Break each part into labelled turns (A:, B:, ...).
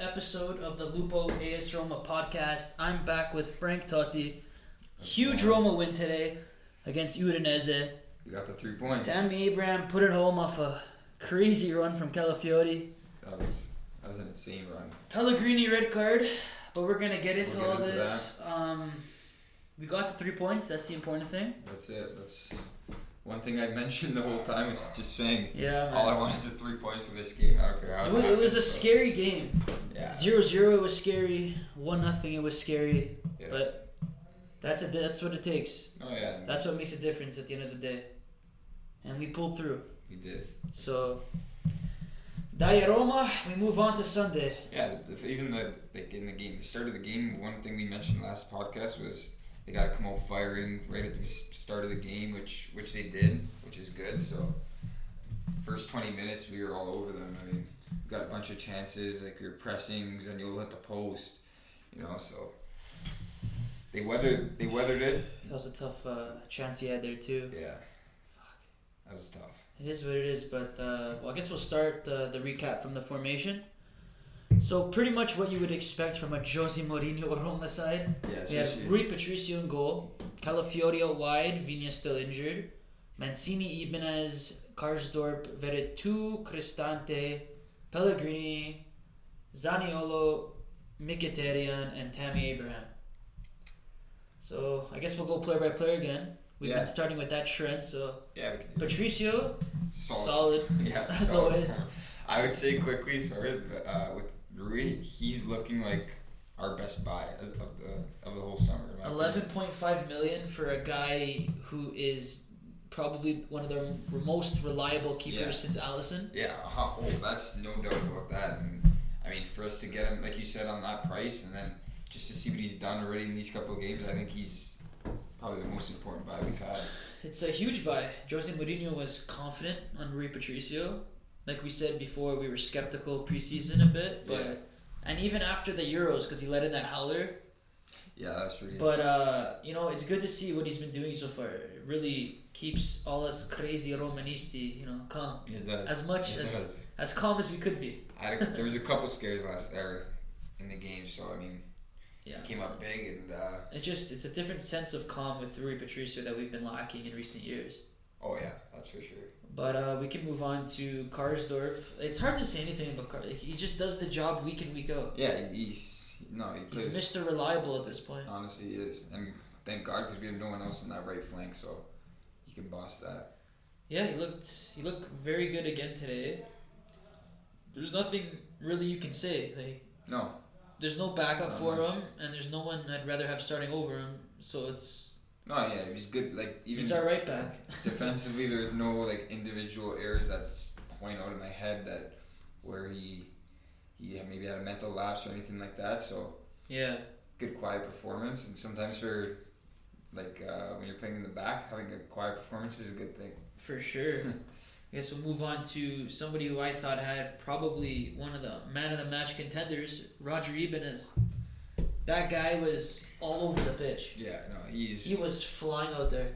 A: episode of the Lupo AS Roma podcast. I'm back with Frank Totti. Huge Roma win today against Udinese.
B: We got the three points.
A: Tammy Abraham put it home off a crazy run from Calafiori.
B: That was that was an insane run.
A: Pellegrini red card, but we're gonna get into
B: We'll get
A: all
B: into
A: this. Um, we got the three points. That's the important thing.
B: That's it. That's one thing I mentioned the whole time is just saying
A: Yeah,
B: all I want is the three points for this game. I don't care how
A: It was, it was a
B: happens,
A: scary game.
B: but- Yeah.
A: Zero zero. It was scary. One nothing. It was scary.
B: Yeah.
A: But that's a, that's what it takes.
B: oh yeah, and
A: That's what makes a difference at the end of the day. And we pulled through.
B: we did.
A: So, Dai Roma. We move on to Sunday.
B: Yeah, the, the, even the like in the game, the start of the game. One thing we mentioned last podcast was they got to come out firing right at the s- start of the game, which which they did, which is good. So first twenty minutes, we were all over them. I mean, we got a bunch of chances, like we were pressings, and you'll hit the post, you know. So they weathered they weathered it.
A: That was a tough uh, chance he had there too.
B: Yeah, that was tough.
A: It is what it is, but uh, well, I guess we'll start uh, the recap from the formation. So pretty much what you would expect from a Jose Mourinho Roma side.
B: Yeah,
A: We have
B: especially
A: Rui Patricio in goal, Calafiori out wide, Vinha still injured, Mancini, Ibanez, Karsdorp, Veretu, Cristante, Pellegrini, Zaniolo, Mkhitaryan, and Tammy Abraham. So I guess we'll go player by player again. We've
B: Yeah.
A: been starting with that trend, so
B: yeah, we could do
A: Patricio, solid.
B: solid. Yeah,
A: As
B: so,
A: always.
B: I would say quickly, sorry, uh, with Rui, he's looking like our best buy as- of the of the whole summer. in my
A: Eleven point five million for a guy who is probably one of the most reliable keepers
B: Yeah.
A: since Allison.
B: opinion. Yeah, uh, oh, that's no doubt about that. And I mean, for us to get him, like you said, on that price, and then just to see what he's done already in these couple of games, I think he's probably the most important buy we've had.
A: It's a huge buy. Jose Mourinho was confident on Rui Patricio. Like we said before, we were skeptical preseason a bit, but
B: Yeah.
A: and even after the Euros because he let in that howler.
B: Yeah, that's pretty.
A: But uh, you know, it's good to see what he's been doing so far. It really keeps all us crazy Romanisti, you know, calm
B: it does.
A: as much
B: it
A: as-
B: does.
A: as calm as we could be.
B: I had a, there was a couple scares last there in the game, so I mean,
A: Yeah.
B: he came up big and. Uh,
A: It's just it's a different sense of calm with Rui Patricio that we've been lacking in recent years.
B: oh yeah, that's for sure.
A: But uh, we can move on to Karsdorp. It's hard to say anything about Karsdorp. He just does the job week in week out.
B: Yeah, he's no, he
A: He's
B: plays
A: Mr. Reliable at this point.
B: Honestly, he is. And thank God because we have no one else in that right flank, so he can boss that.
A: Yeah, he looked he looked very good again today. There's nothing really you can say. Like
B: No,
A: there's no backup
B: Not
A: for
B: much.
A: him, and there's no one I'd rather have starting over him. So it's
B: no, yeah, he's good. Like even
A: he's our right back.
B: defensively, there's no like individual errors that s- point out in my head that where he he had- maybe had a mental lapse or anything like that. So
A: Yeah,
B: good quiet performance, and sometimes for like uh, when you're playing in the back, having a quiet performance is a good thing.
A: for sure. I guess we'll move on to somebody who I thought had probably one of the man of the match contenders, Roger Ibanez. That guy was all over the pitch.
B: Yeah, no, he's
A: He was flying out there.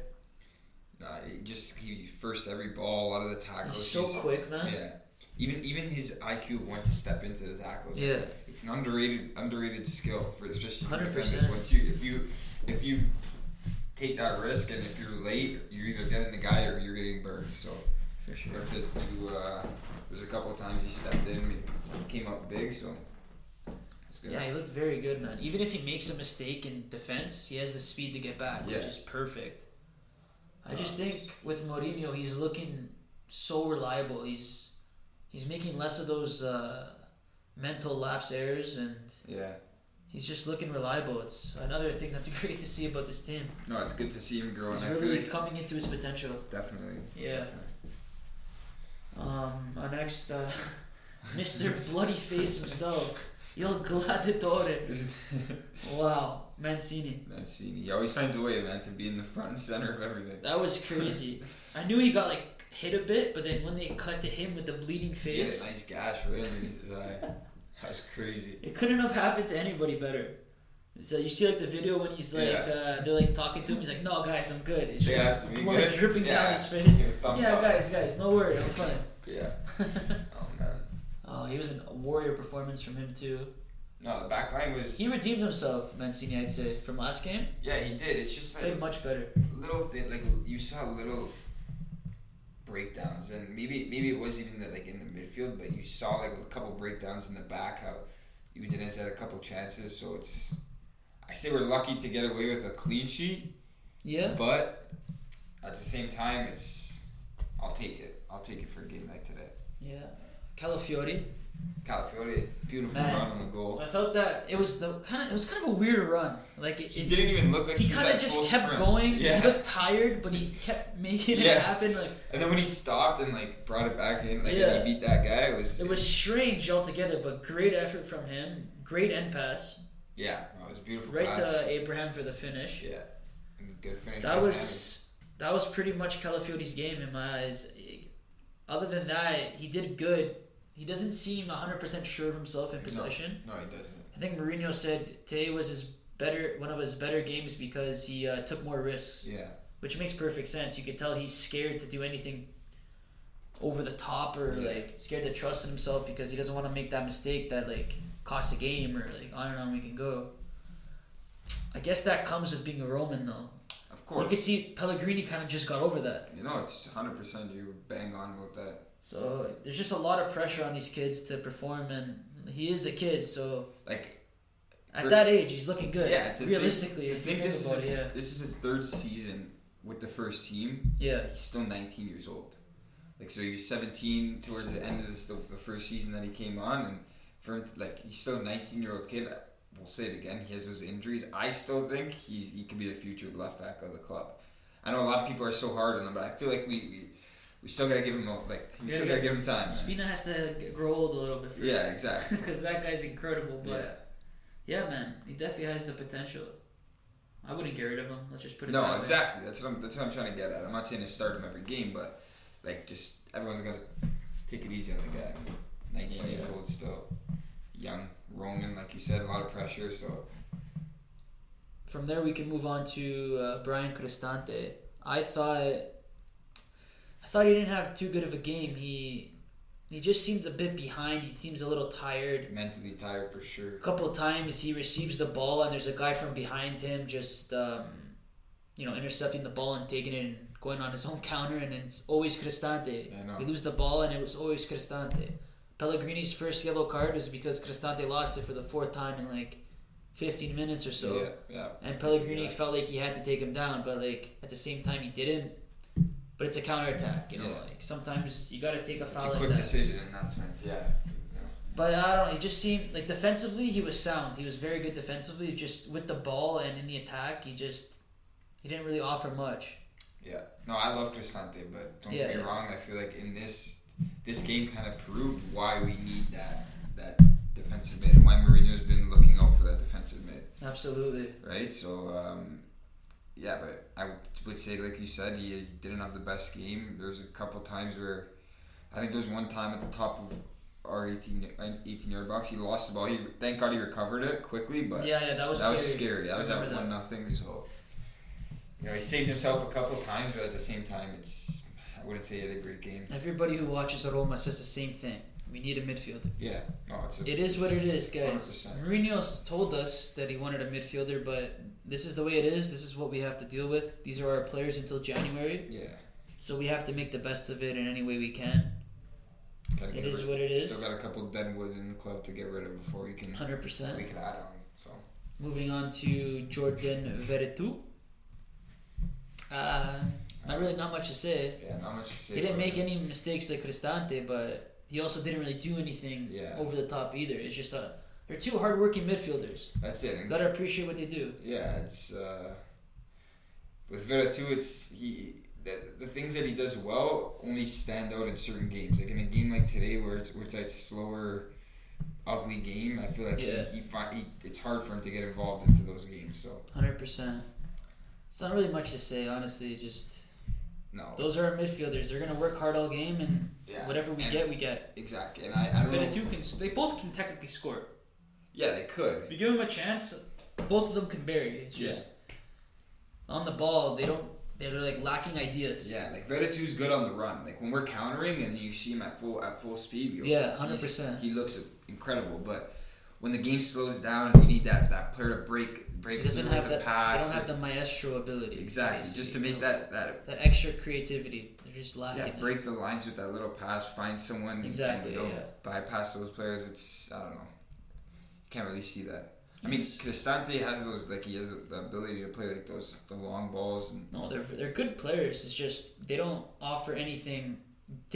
B: nah, he just he first every ball, a lot of the
A: He's
B: tackles.
A: so
B: he's-
A: quick, man.
B: Yeah. Even even his IQ of when to step into the tackles.
A: Yeah.
B: It's an underrated underrated skill for especially for
A: 100%.
B: defenders. Once you if you if you take that risk and if you're late, you're either getting the guy or you're getting burned. So
A: for
B: for
A: sure.
B: him to, to uh, there's a couple of times he stepped in, and came up big. So it's good.
A: Yeah, he looked very good, man. Even if he makes a mistake in defense, he has the speed to get back,
B: Yeah.
A: which is perfect. I
B: Yeah,
A: just think
B: it's-
A: with Mourinho, he's looking so reliable. He's he's making less of those uh, mental lapse errors, and
B: Yeah.
A: he's just looking reliable. It's another thing that's great to see about this team.
B: No, it's good to see him grow.
A: He's
B: and I
A: really
B: feel like
A: coming into his potential.
B: definitely.
A: Yeah.
B: Definitely.
A: Um, our next uh, Mr. Bloody Face himself, Il Gladiatore. Wow, Mancini.
B: Mancini, he always finds a way, man, to be in the front and center of everything.
A: That was crazy. I knew he got like hit a bit, but then when they cut to him with the bleeding
B: He had
A: face,
B: a nice gash right underneath his eye. That was crazy.
A: it couldn't have happened to anybody better. So you see like the video when he's like uh, they're like talking to him, he's like, "No, guys, I'm good." It's
B: They
A: just
B: asked him, "You
A: blood
B: good?"
A: dripping down
B: Yeah.
A: his face.
B: Give him a thumbs
A: yeah,
B: up.
A: guys, guys, no worry, I'm fine.
B: Yeah. Oh man.
A: Oh phenomenal. He was a warrior performance from him too.
B: No, the back line was.
A: He redeemed himself, Mancini. I'd say from last game,
B: Yeah, he did. It's just like
A: played much better.
B: little thing, like you saw little breakdowns, and maybe maybe it was even the, like in the midfield, but you saw like a couple breakdowns in the back. How Udinese had a couple chances, so it's I say we're lucky to get away with a clean sheet,
A: Yeah,
B: but at the same time, it's I'll take it. I'll take it for a game like today.
A: yeah. Calafiori.
B: Calafiori, beautiful
A: Man.
B: run on the goal.
A: I felt that it was the kind of it was kind of a weird run. Like it,
B: He
A: it
B: didn't even look like
A: he
B: was
A: kind of
B: at full
A: just kept
B: sprint.
A: going.
B: Yeah.
A: He looked tired, but he kept making it
B: Yeah.
A: happen. Like
B: And then when he stopped and like brought it back in, like and
A: Yeah.
B: he beat that guy. It was,
A: it was strange altogether, but great effort from him. Great end pass,
B: yeah, no, it was a beautiful.
A: right
B: pass.
A: to Abraham for the finish.
B: Yeah, And good finish.
A: That
B: by
A: was that was pretty much Calafiori's game in my eyes. Other than that, he did good. He doesn't seem 100% sure of himself in
B: No.
A: possession.
B: Tammy. No, he doesn't.
A: I think Mourinho said today was his better one of his better games because he uh, took more risks,
B: Yeah,
A: which makes perfect sense. You could tell he's scared to do anything over the top or
B: Yeah.
A: like scared to trust in himself because he doesn't want to make that mistake that like costs a game or like on and on we can go. I guess that comes with being a Roman though. You
B: of
A: could
B: course.
A: see Pellegrini kind of just got over that.
B: You know, it's hundred percent. You bang on about that.
A: So there's just a lot of pressure on these kids to perform, and he is a kid, so
B: Like,
A: at
B: For-
A: that age he's looking good.
B: yeah. To
A: realistically,
B: think,
A: if
B: to
A: you
B: think
A: think
B: this
A: about
B: is
A: it,
B: his,
A: yeah.
B: this is his third season with the first team.
A: Yeah,
B: He's still nineteen years old. Like, so he was seventeen towards the end of this, the first season that he came on, and for him, to- like, he's still a nineteen-year-old kid. We'll say it again. He has those injuries. I still think he he could be the future left back of the club. I know a lot of people are so hard on him, but I feel like we we, we still gotta give him a, like we
A: Yeah,
B: still gotta
A: it's-
B: give him time. man.
A: Spina has to g- grow old a little bit first.
B: Yeah, exactly.
A: because that guy's incredible.
B: yeah.
A: But yeah. man, he definitely has the potential. I wouldn't get rid of him. Let's just put it. that
B: No,
A: way.
B: exactly. That's what I'm. That's what I'm trying to get at. I'm not saying to start him every game, but like just everyone's got to take it easy on the guy. I mean, Nineteen years old, still young, Roman, like you said, a lot of pressure. So
A: From there, we can move on to uh, Brian Cristante. I thought, I thought he didn't have too good of a game. He, he just seemed a bit behind. He seems a little tired.
B: mentally tired for sure.
A: A couple times he receives the ball and there's a guy from behind him just, um, you know, intercepting the ball and taking it and going on his own counter, and it's always Cristante.
B: I know.
A: We lose the ball, and it was always Cristante. Pellegrini's first yellow card is because Cristante lost it for the fourth time in like 15 minutes or so.
B: yeah, yeah.
A: And Pellegrini
B: Yeah.
A: felt like he had to take him down, but like at the same time he didn't. But it's a counterattack, you know.
B: Yeah.
A: Like sometimes you got to take a
B: It's a
A: foul like
B: quick
A: that.
B: decision in that sense. Yeah.
A: But I don't know. He just seemed like defensively he was sound. He was very good defensively. Just with the ball and in the attack, he just he didn't really offer much.
B: Yeah. No, I love Cristante, but don't
A: Yeah,
B: get me
A: yeah.
B: wrong. I feel like in this this game kind of proved why we need that that defensive mid and why Mourinho's been looking out for that defensive mid.
A: Absolutely.
B: right? So, um, yeah, but I would say, like you said, he, he didn't have the best game. There's a couple times where I think there's one time at the top of our 18, 18 yard box, he lost the ball. He thank God he recovered it quickly, but
A: yeah, yeah, that was
B: that was
A: scary.
B: scary. That was at
A: Remember that.
B: one nothing. So, you know, he saved himself a couple times, but at the same time, it's I wouldn't say he had a great game.
A: Everybody who watches Roma says the same thing. We need a midfielder.
B: Yeah, no, it's a,
A: It is what it is, guys.
B: 100%.
A: Mourinho s- told us that he wanted a midfielder, but this is the way it is. This is what we have to deal with. These are our players until January,
B: Yeah,
A: so we have to make the best of it in any way we can.
B: gotta
A: It
B: get
A: is
B: rid-
A: what it is.
B: Still got a couple deadwood in the club to get rid of before we can
A: Hundred
B: we
A: percent.
B: can add on. So.
A: Moving on to Jordan Veretout. Uh, not really, not much to say.
B: Yeah, not much to say.
A: He didn't
B: about
A: make
B: it.
A: any mistakes like Cristante, but he also didn't really do anything
B: Yeah.
A: over the top either. It's just a they're two hardworking midfielders.
B: That's it. And
A: Gotta appreciate what they do.
B: yeah, it's uh, with Vera too. It's he the, the things that he does well only stand out in certain games. Like in a game like today, where it's where it's like slower, ugly game. I feel like
A: Yeah.
B: he, he, fi- he it's hard for him to get involved into those games. So
A: Hundred percent. It's not really much to say, honestly. Just
B: no,
A: those are our midfielders. They're gonna work hard all game, and
B: yeah,
A: whatever we
B: and-
A: get, we get.
B: exactly. And I, I don't know.
A: Venetu can. They both can technically score.
B: Yeah, they
A: If
B: could.
A: you give them a chance, both of them can bury. It's
B: Yeah.
A: just on the ball. They don't they're like lacking ideas.
B: Yeah, like Veretu's good on the run. Like when we're countering and you see him at full at full speed, you
A: Yeah,
B: he's-
A: 100%.
B: He looks incredible, but when the game slows down and we need that, that player to break break
A: It doesn't
B: through with
A: have
B: a
A: that. They
B: pass,
A: don't have the maestro ability.
B: exactly just to
A: basically.
B: make that that
A: that extra creativity. They're just lacking.
B: yeah
A: it.
B: break the lines with that little pass, find someone and-
A: Exactly,
B: and go
A: yeah.
B: bypass those players. It's I don't know, you can't really see that. I mean,
A: Yes.
B: Cristante has those like he has the ability to play like those the long balls and
A: No, they're they're good players. It's just they don't offer anything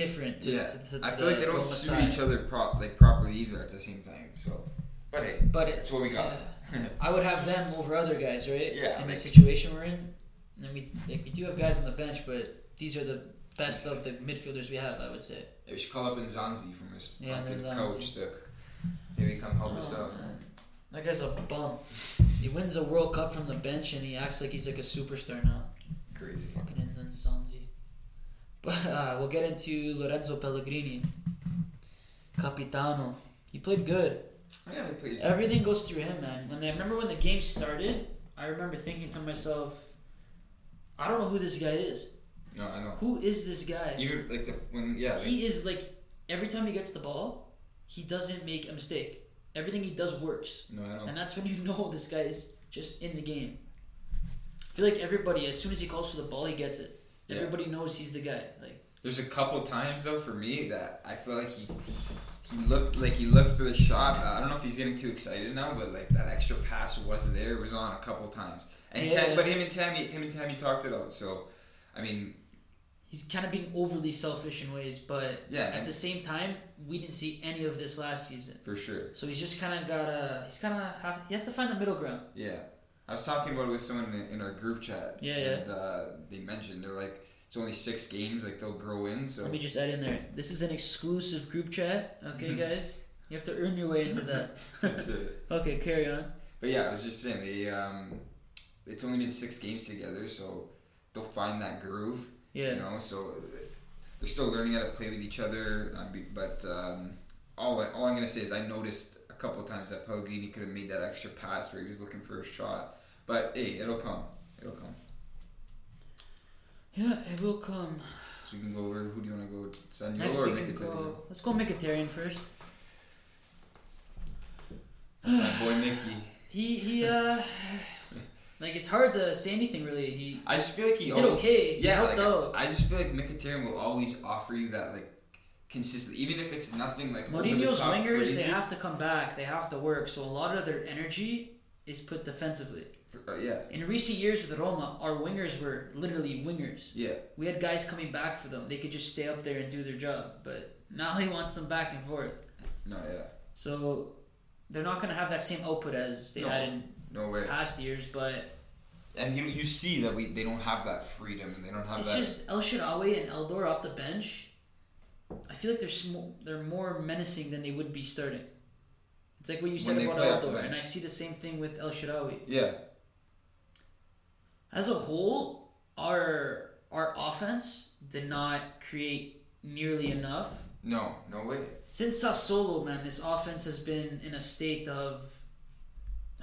A: different to.
B: yeah.
A: to, to, to
B: I feel
A: the
B: like they don't
A: Roma
B: suit
A: side.
B: each other prop like properly either at the same time. So, but hey,
A: But
B: that's
A: it's
B: what we got.
A: I would have them over other guys, right?
B: Yeah,
A: In the
B: like-
A: situation we're in, and we like, we do have guys on the bench, but these are the best of the midfielders we have. I would say.
B: we should call up Nzanzi from his
A: Yeah,
B: fucking
A: Nzanzi.
B: coach to maybe come help us
A: Oh,
B: out.
A: man. That guy's a bum. He wins a World Cup from the bench and he acts like he's like a superstar now.
B: Crazy.
A: Fucking Inland Sanzi. But uh, we'll get into Lorenzo Pellegrini. Capitano. He played good.
B: Oh, yeah, they played.
A: Everything goes through him, man. When they, I remember when the game started, I remember thinking to myself, I don't know who this guy is.
B: No, I know.
A: Who is this guy?
B: Even like the when yeah, like,
A: He is like every time he gets the ball, he doesn't make a mistake. Everything he does works.
B: no, I know.
A: And that's when you know this guy is just in the game. I feel like everybody, as soon as he calls for the ball, he gets it.
B: Yeah.
A: Everybody knows he's the guy. Like
B: There's a couple times though for me that I feel like he he looked like he looked for the shot. I don't know if he's getting too excited now, but like that extra pass was there. It was on a couple times. And
A: Yeah.
B: Tam, but him and Tammy, him and Tammy talked it out. So, I mean,
A: he's kind of being overly selfish in ways, but
B: Yeah,
A: at
B: and-
A: the same time, we didn't see any of this last season.
B: for sure.
A: So he's just kind of got to He's kind of have. He has to find the middle ground.
B: Yeah, I was talking about it with someone in, in our group chat.
A: Yeah, yeah.
B: and, Uh, they mentioned they're like it's only six games. Like they'll grow in. So
A: Let me just add in there. This is an exclusive group chat. Okay, guys, you have to earn your way into that.
B: that's it.
A: Okay, carry on.
B: But yeah, I was just saying they um, it's only been six games together, so they'll find that groove.
A: Yeah.
B: You know, so they're still learning how to play with each other. um, be- But um, all I, all I'm gonna say is I noticed a couple times that Pellegrini could have made that extra pass where he was looking for a shot. But hey, it'll come. It'll come.
A: Yeah, it will come.
B: So we can go over. Who do you want to go? Sanyo
A: Next
B: or
A: we can
B: Mkhitaryan?
A: go. Let's go Mkhitaryan first.
B: My boy Mickey.
A: He he uh like it's hard to say anything really. He
B: I just feel like he
A: did
B: always,
A: okay. He
B: Yeah,
A: helped
B: like,
A: out.
B: I just feel like Mkhitaryan will always offer you that like consistent, even if it's nothing like over the
A: Mourinho's
B: top
A: wingers
B: crazy.
A: they have to come back. They have to work. So a lot of their energy is put defensively.
B: For- uh, yeah,
A: In recent years with Roma, our wingers were literally wingers.
B: yeah.
A: We had guys coming back for them. They could just stay up there and do their job. But now he wants them back and forth.
B: No, yeah.
A: So they're not gonna have that same output as they
B: No.
A: had in
B: No way.
A: past years, but
B: And you you see that we they don't have that freedom and they don't have
A: It's
B: that.
A: just El Shirawi and Eldor off the bench. I feel like they're sm- they're more menacing than they would be starting. It's like what you said
B: When they
A: about
B: play off the
A: Eldor,
B: bench.
A: and I see the same thing with El Shirawi.
B: yeah,
A: As a whole, our our offense did not create nearly enough.
B: no, no way.
A: Since Sassuolo, man, this offense has been in a state of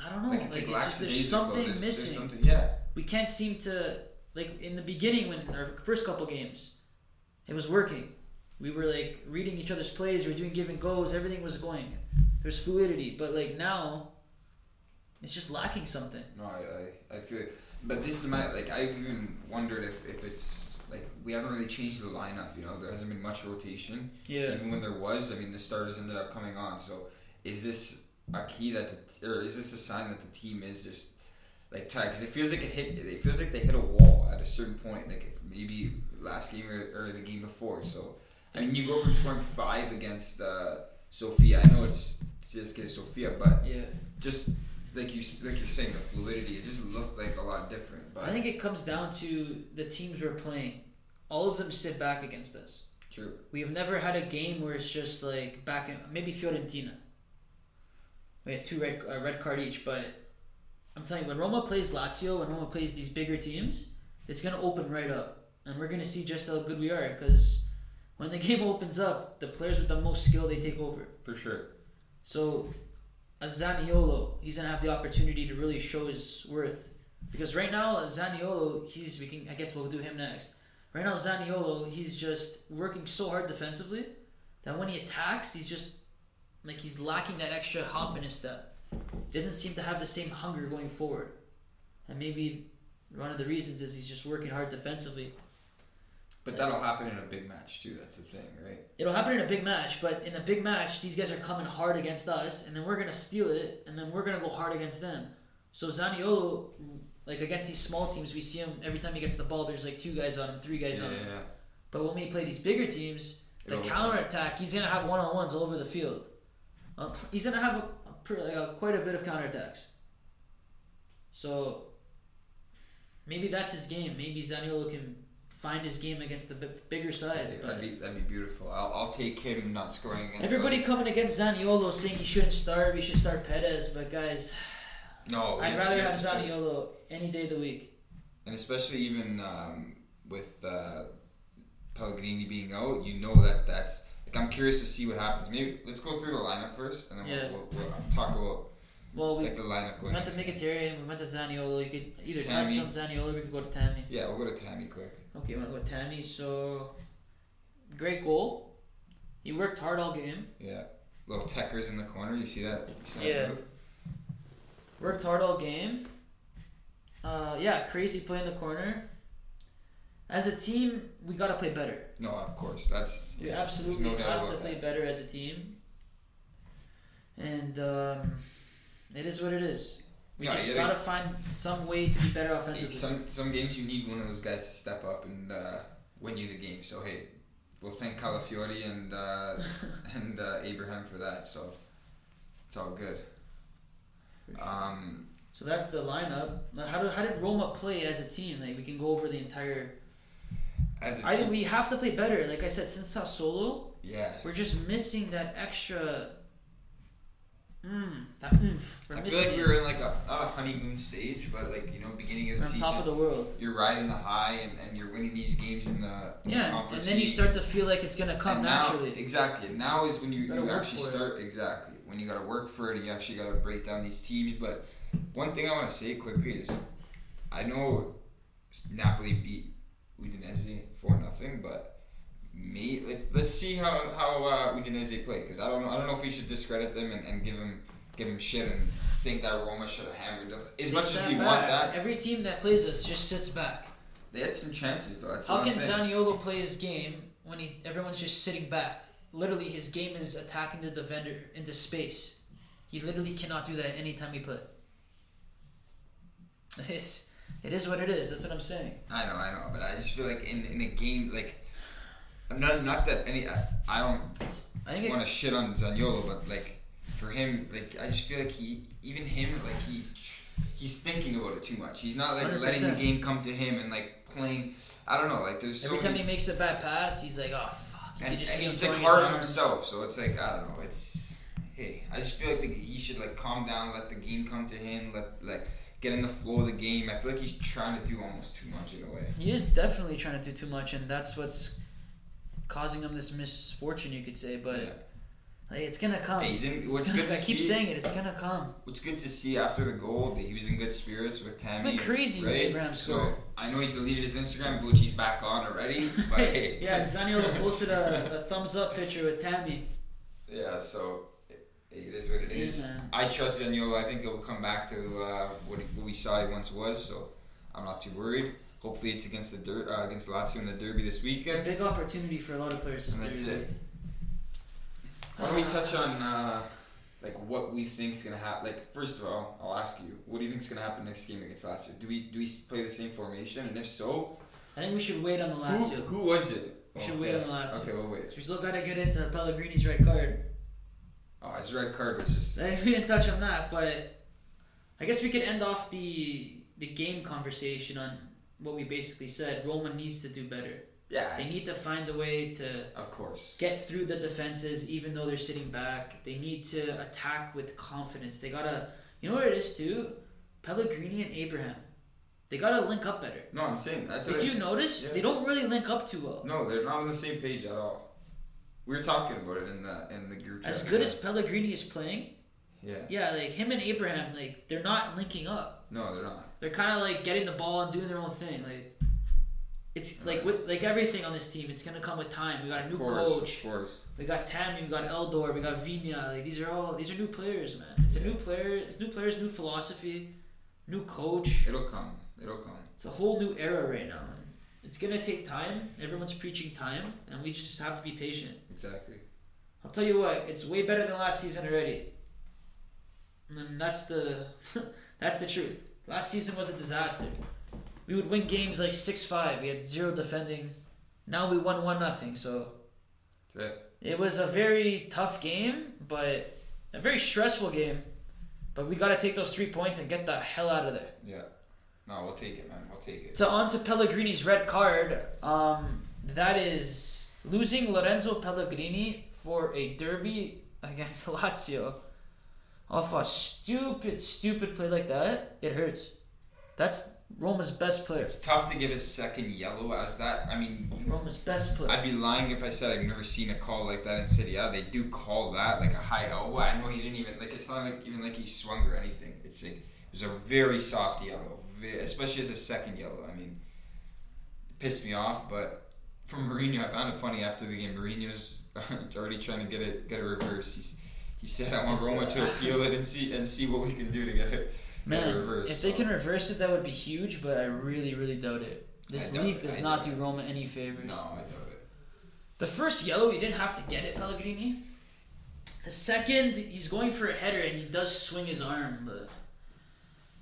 A: I don't know,
B: Like
A: like,
B: it's like,
A: it's just, there's
B: lackadaisical.
A: something
B: there's,
A: missing.
B: There's something, yeah,
A: we can't seem to like in the beginning when our first couple games it was working we were like reading each other's plays we were doing give and goes everything was going there's fluidity but like now it's just lacking something
B: no, I, I, I feel. It. But this is my like. I even wondered if if it's like we haven't really changed the lineup. You know, there hasn't been much rotation.
A: yeah
B: Even when there was, I mean, the starters ended up coming on. So is this a key that the or is this a sign that the team is just like tired? Because it feels like it hit. It feels like they hit a wall at a certain point. Like maybe last game or, or the game before. So I mean, you go from scoring five against uh, Sofia. I know it's CSK Sofia, but
A: yeah
B: just like you s- like you're saying, the fluidity. It just looked like a lot different. But
A: i think it comes down to the teams we're playing all of them sit back against us
B: true.
A: we have never had a game where it's just like back in maybe Fiorentina. We had two red uh, red card each, but I'm telling you, when Roma plays Lazio, when Roma plays these bigger teams, it's gonna open right up, and we're gonna see just how good we are. Because when the game opens up, the players with the most skill they take over.
B: For sure.
A: So, as Zaniolo, he's gonna have the opportunity to really show his worth. Because right now Zaniolo, he's we can I guess we'll do him next. Right now Zaniolo, he's just working so hard defensively that when he attacks, he's just like he's lacking that extra hop in his step. He doesn't seem to have the same hunger going forward, and maybe one of the reasons is he's just working hard defensively.
B: But that'll happen in a big match too. That's the thing, right?
A: It'll happen in a big match, but in a big match, these guys are coming hard against us, and then we're gonna steal it, and then we're gonna go hard against them. So Zaniolo, like against these small teams, we see him every time he gets the ball. There's like two guys on him, three guys
B: Yeah,
A: on him.
B: yeah, yeah.
A: But when we play these bigger teams, the
B: It'll-
A: counter attack, he's gonna have one on ones all over the field. Uh, he's gonna have a, a, pr- like a, quite a bit of counter attacks. So maybe that's his game. Maybe Zaniolo can find his game against the b- bigger sides.
B: that'd
A: But
B: be that'd be beautiful. I'll, I'll take him not scoring against
A: everybody
B: us.
A: coming against Zaniolo saying he shouldn't start. We should start Perez. But guys,
B: No, we-
A: I'd
B: we
A: rather
B: have
A: have
B: to start-
A: Zaniolo any day of the week.
B: and especially even um, with uh, Pellegrini being out, you know that that's like I'm curious to see what happens. Maybe let's go through the lineup first, and then
A: Yeah.
B: we'll, we'll, we'll talk about
A: Well, we
B: like the lineup
A: we
B: going.
A: went to
B: next.
A: Mkhitaryan, we went to Zaniolo. You could either
B: Tammy.
A: touch on Zaniolo, or we could go to Tammy.
B: yeah, we'll go to Tammy quick.
A: Okay, you want to go Tammy? So, great goal. He worked hard all game.
B: Yeah, little Techers in the corner. You see that? You see
A: Yeah.
B: That move?
A: Worked hard all game. Uh, yeah, crazy play in the corner. As a team, we gotta play better.
B: No, of course. That's
A: We
B: yeah, there's
A: absolutely
B: no doubt
A: have to
B: about that.
A: play better as a team. And um, it is what it is. We
B: No,
A: just
B: yeah,
A: gotta find some way to be better
B: Hey,
A: offensively.
B: Some some games you need one of those guys to step up and uh, win you the game. So hey, we'll thank Calafiori and uh, and uh, Abraham for that. So it's all good. Um,
A: So that's the lineup. Now, How did, how did Roma play as a team? Like we can go over the entire
B: as a
A: I think
B: team,
A: we have to play better. Like I said, since Sassuolo,
B: yeah,
A: we're just missing that extra. Mm, that oomph. We're
B: I feel
A: missing
B: like
A: it.
B: we were in like a not a honeymoon stage, but like you know, beginning of
A: We're
B: the
A: on
B: season,
A: top of the world.
B: you're riding the high and, and you're winning these games in the in the
A: Yeah, and
B: conference
A: then you
B: league.
A: start to feel like it's gonna come
B: And now-
A: naturally.
B: Exactly. And Now is when you,
A: Gotta
B: you
A: work
B: actually
A: for it.
B: start exactly when you got to work for it and you actually got to break down these teams. But one thing I want to say quickly is, I know Napoli beat Udinese for nothing, but me let, let's see how how uh, Udinese play because I don't know I don't know if we should discredit them and, and give them give them shit and think that Roma should have hammered them. As
A: They
B: much as
A: sat
B: we
A: back.
B: want that,
A: every team that plays us just sits back.
B: they had some chances though. That's the
A: How
B: one
A: can
B: thing.
A: Zaniolo play his game when he everyone's just sitting back? Literally, his game is attacking the defender into space. He literally cannot do that anytime he play. It's it is what it is. That's what I'm saying.
B: I know, I know, but I just feel like in, in a game like not not that any I, I don't
A: It's I think it
B: want to shit on Zaniolo, but like for him, like I just feel like he even him like he he's thinking about it too much. He's not like letting the
A: 100%.
B: game come to him and like playing. I don't know, like there's so
A: Every time
B: many,
A: he makes a bad pass, he's like, "Oh fuck!" You
B: and,
A: can just
B: and
A: see him throwing
B: he's like
A: his
B: hard on
A: arm.
B: himself, so it's like I don't know. It's hey, I just feel like the, he should like calm down, let the game come to him, let like get in the flow of the game. I feel like he's trying to do almost too much in a way.
A: He is definitely trying to do too much, and that's what's causing him this misfortune, you could say. But
B: Yeah.
A: like, it's gonna come.
B: Hey, he's in,
A: It's
B: what's
A: gonna-
B: good to
A: I keep
B: see-
A: saying it. It's gonna come.
B: What's good to see after the goal that he was in good spirits with Tammy.
A: Went crazy when
B: right?
A: Abraham
B: So
A: scored.
B: I know he deleted his Instagram. Bucci's back on already, but hey,
A: yeah, Zaniolo posted a, a thumbs up picture with Tammy.
B: yeah. So it, it is what it
A: Hey,
B: is.
A: man.
B: I trust Daniel. I think he'll come back to uh, what, he, what we saw he once was. So I'm not too worried. Hopefully, it's against the der- uh, against Lazio in the derby this
A: It's a
B: weekend.
A: big opportunity for a lot of players. this
B: And that's
A: Thursday.
B: it. Why don't we touch on uh, like what we think's gonna happen? Like first of all, I'll ask you, what do you think's gonna happen next game against Lazio? Do we do we play the same formation? And if so,
A: I think we should wait on the
B: who,
A: Lazio.
B: who was it?
A: We should wait
B: okay.
A: on Lazio.
B: Okay, we'll wait.
A: We still gotta get into Pellegrini's red card.
B: Oh, his red card was just
A: Uh, we didn't touch on that, but I guess we could end off the the game conversation on what we basically said. Roma needs to do better.
B: yeah.
A: They
B: it's-
A: need to find a way to
B: of course.
A: get through the defenses, even though they're sitting back. They need to attack with confidence. They gotta, you know what it is too, Pellegrini and Abraham. They gotta link up better.
B: No, I'm saying that's
A: If
B: what I-
A: you notice,
B: yeah.
A: they don't really link up too well.
B: No, they're not on the same page at all. We were talking about it in the in the group chat.
A: As good as Pellegrini is playing,
B: Yeah.
A: Yeah, like him and Abraham, like they're not linking up.
B: No, they're not.
A: They're kind of like getting the ball and doing their own thing. Like it's like with like everything on this team, it's gonna come with time. We got a new
B: Of course,
A: coach.
B: of course.
A: We got Tammy. We got Eldor. We got Vina. Like these are all these are new players, man. It's a
B: Yeah.
A: new player. It's new players, new philosophy, new coach.
B: It'll come. It'll come.
A: It's a whole new era right now. and It's gonna take time. Everyone's preaching time, and we just have to be patient.
B: Exactly.
A: I'll tell you what, it's way better than last season already. And that's the that's the truth. Last season was a disaster. We would win games like six five. We had zero defending. Now we won one nothing. So
B: That's it.
A: it was a very tough game, but a very stressful game. But we got to take those three points and get the hell out of there.
B: Yeah. No, we'll take it, man. We'll take it.
A: So on to Pellegrini's red card. Um, that is losing Lorenzo Pellegrini for a derby against Lazio. Off a stupid, stupid play like that, it hurts. That's Roma's best player.
B: It's tough to give a second yellow as that. I mean,
A: Roma's best player.
B: I'd be lying if I said I've never seen a call like that in City. Yeah, they do call that like a high elbow. I know he didn't even like. It's not like even like he swung or anything. It's like it was a very soft yellow, ve- especially as a second yellow. I mean, it pissed me off. But from Mourinho, I found it funny after the game. Mourinho's already trying to get it get a reverse. He's, he said, "I want Roma to appeal it and see and see what we can do to get it." get
A: uh, Man,
B: it reversed."
A: if they
B: So,
A: can reverse it, that would be huge, but I really, really doubt it. This
B: I doubt
A: league
B: it,
A: does
B: I
A: not
B: doubt
A: do
B: it.
A: Roma any favors.
B: no, I doubt it.
A: The first yellow, he didn't have to get it, Pellegrini. The second, he's going for a header and he does swing his arm, but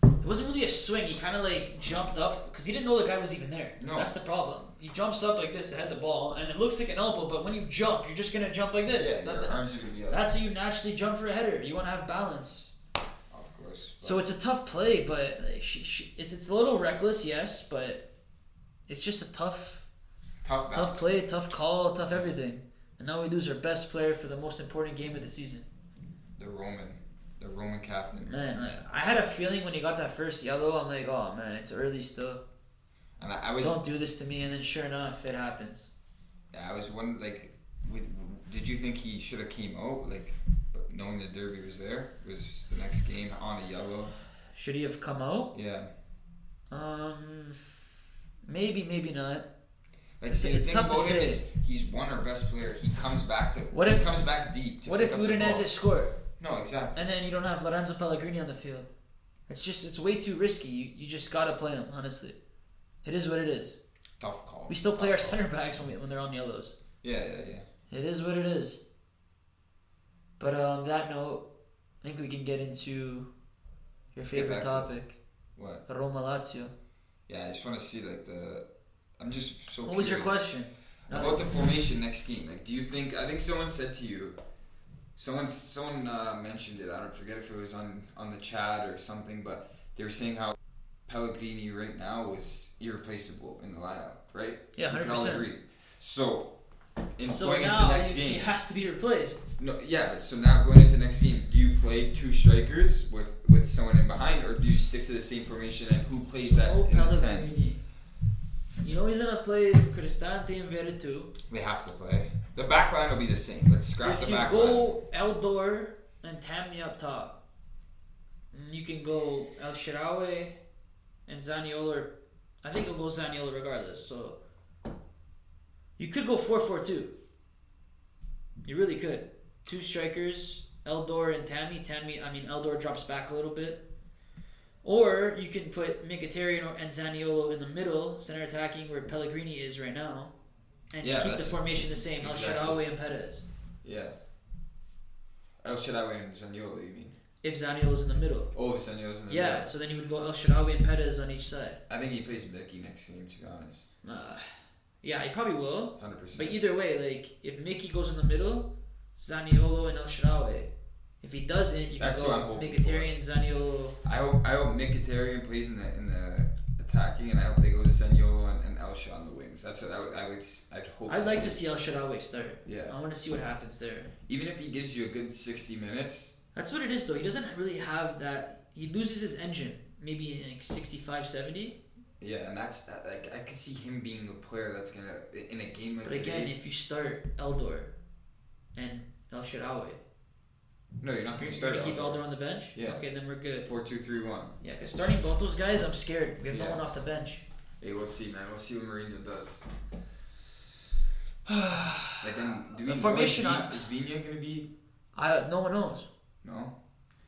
A: it wasn't really a swing. He kind of like jumped up because he didn't know the guy was even there.
B: No.
A: That's the problem. He jumps up like this to head the ball, and it looks like an elbow, but when you jump, you're just going to jump like this.
B: Yeah,
A: That-
B: your
A: that-
B: arms are gonna be up,
A: that's how you naturally jump for a header. You want to have balance.
B: of course.
A: So it's a tough play, but like, she, she, it's it's a little reckless, yes, but it's just a tough
B: tough balance.
A: tough play, tough call, tough everything. And now we lose our best player for the most important game of the season.
B: The Roman, the Roman captain.
A: Man, like, I had a feeling when he got that first yellow, I'm like, oh man, it's early still.
B: And I, I was,
A: Don't do this to me. And then sure enough, it happens.
B: I was wondering, like, with, did you think he should have came out, like, but knowing the derby was there, was the next game on a yellow?
A: Should he have come out?
B: Yeah,
A: Um, maybe, maybe not.
B: like,
A: It's-
B: see,
A: it's
B: the
A: tough
B: thing
A: to
B: about him
A: say.
B: is he's one our best player. He comes back to.
A: What
B: he
A: if-
B: comes back deep? To
A: What if
B: pick up the
A: Udinese
B: ball.
A: scored?
B: No, exactly.
A: and then you don't have Lorenzo Pellegrini on the field. It's just it's way too risky. You, you just gotta play him, honestly. It is what it is.
B: Tough call.
A: We still
B: Tough
A: play our
B: call.
A: center backs when we, when they're on yellows.
B: Yeah, yeah, yeah.
A: It is what it is. But uh, on that note, I think we can get into your
B: Let's get
A: favorite
B: back to
A: topic,
B: What?
A: Roma Lazio.
B: Yeah, I just want to see like the. I'm just so.
A: What was your
B: curious.
A: question? No.
B: About the formation next game, like, do you think? I think someone said to you, someone someone uh, mentioned it. I don't forget if it was on on the chat or something, but they were saying how Pellegrini right now was irreplaceable in the lineup, right?
A: Yeah,
B: We
A: hundred
B: can all
A: percent.
B: agree. So, in
A: So
B: going
A: now
B: into next
A: he, he
B: game,
A: has to be replaced.
B: no, yeah, but so now going into next game, do you play two strikers with with someone in behind, or do you stick to the same formation and who plays that
A: so
B: in the ten?
A: Pellegrini. You know he's gonna play Cristante and Veretout.
B: They have to play. The back line will be the same. Let's scrap
A: if
B: the
A: you
B: back line.
A: go Eldor and Tammy up top, and you can go El Shirawe and Zaniolo. Or, I think you'll go Zaniolo regardless. So you could go four four two. You really could. Two strikers, Eldor and Tammy. Tammy, I mean Eldor drops back a little bit. Or you can put Mkhitaryan and Zaniolo in the middle, center attacking where Pellegrini is right now, and
B: Yeah,
A: just keep the
B: that's-
A: formation the same. El
B: exactly.
A: Shirawe and Perez.
B: Yeah. El Shaarawy and Zaniolo, you mean?
A: if Zaniolo's in the middle.
B: Oh, if Zaniolo's in the
A: yeah,
B: middle.
A: so then you would go El Sharawi and Perez on each side.
B: I think he plays Mickey next game, to be honest.
A: Uh, yeah, he probably will.
B: 100%.
A: But either way, like if Mickey goes in the middle, Zaniolo and El Sharawi. If he doesn't, you
B: That's
A: can
B: who I'm
A: go
B: hoping
A: Mkhitaryan, Zaniolo.
B: I hope I hope Mkhitaryan plays in the in the attacking, and I hope they go to Zaniolo and, and Elsha on the wings. That's what I would I would s- I'd hope.
A: I'd like to see Um, El Sharawi start.
B: Yeah,
A: I want to see what happens there.
B: even if he gives you a good sixty minutes,
A: That's what it is, though. He doesn't really have that. He loses his engine, maybe in, like 65, 70.
B: yeah, and that's that- like I could see him being a player that's gonna in a game like
A: But again,
B: today.
A: if you start Eldor and El Sharawi,
B: No, you're
A: You're
B: not going
A: going
B: to start
A: to
B: it.
A: keep Alder on the bench?
B: Yeah.
A: Okay, then we're good.
B: Four, two, three, one.
A: Yeah, because starting both those guys, I'm scared. We have no
B: Yeah.
A: one off the bench.
B: Hey, we'll see, man. We'll see what Mourinho does. Like, then, do we
A: The
B: know
A: formation
B: is, Vi-
A: I-
B: is Vina going to be?
A: I no one knows.
B: No.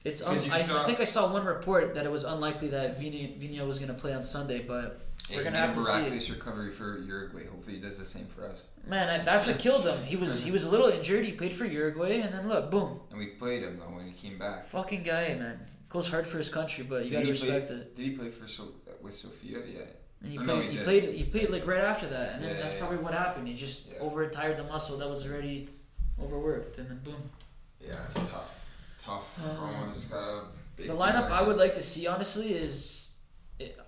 A: It's un-
B: Because you
A: I,
B: saw-
A: I think I saw one report that it was unlikely that Vini, Vino was going to play on Sunday, but
B: Hey,
A: We're gonna
B: man,
A: have to see.
B: miraculous recovery for Uruguay. Hopefully, he does the same for us.
A: man, I, that's what killed him. He was he was a little injured. He played for Uruguay, and then look, boom,
B: And we played him though when he came back.
A: fucking guy, man. Goes hard for his country, but you gotta
B: Didn't he
A: respect
B: play,
A: it.
B: Did he play for so- with Sofia? Yeah.
A: And he
B: Oh,
A: played,
B: no, he
A: he,
B: did.
A: played, he played like right after that, and then
B: Yeah,
A: that's
B: yeah,
A: probably what happened. He just
B: Yeah.
A: overtired the muscle that was already overworked, and then boom.
B: Yeah, it's tough. Tough.
A: Um,
B: Roma's got a big
A: The lineup I would
B: lineup.
A: like to see honestly is,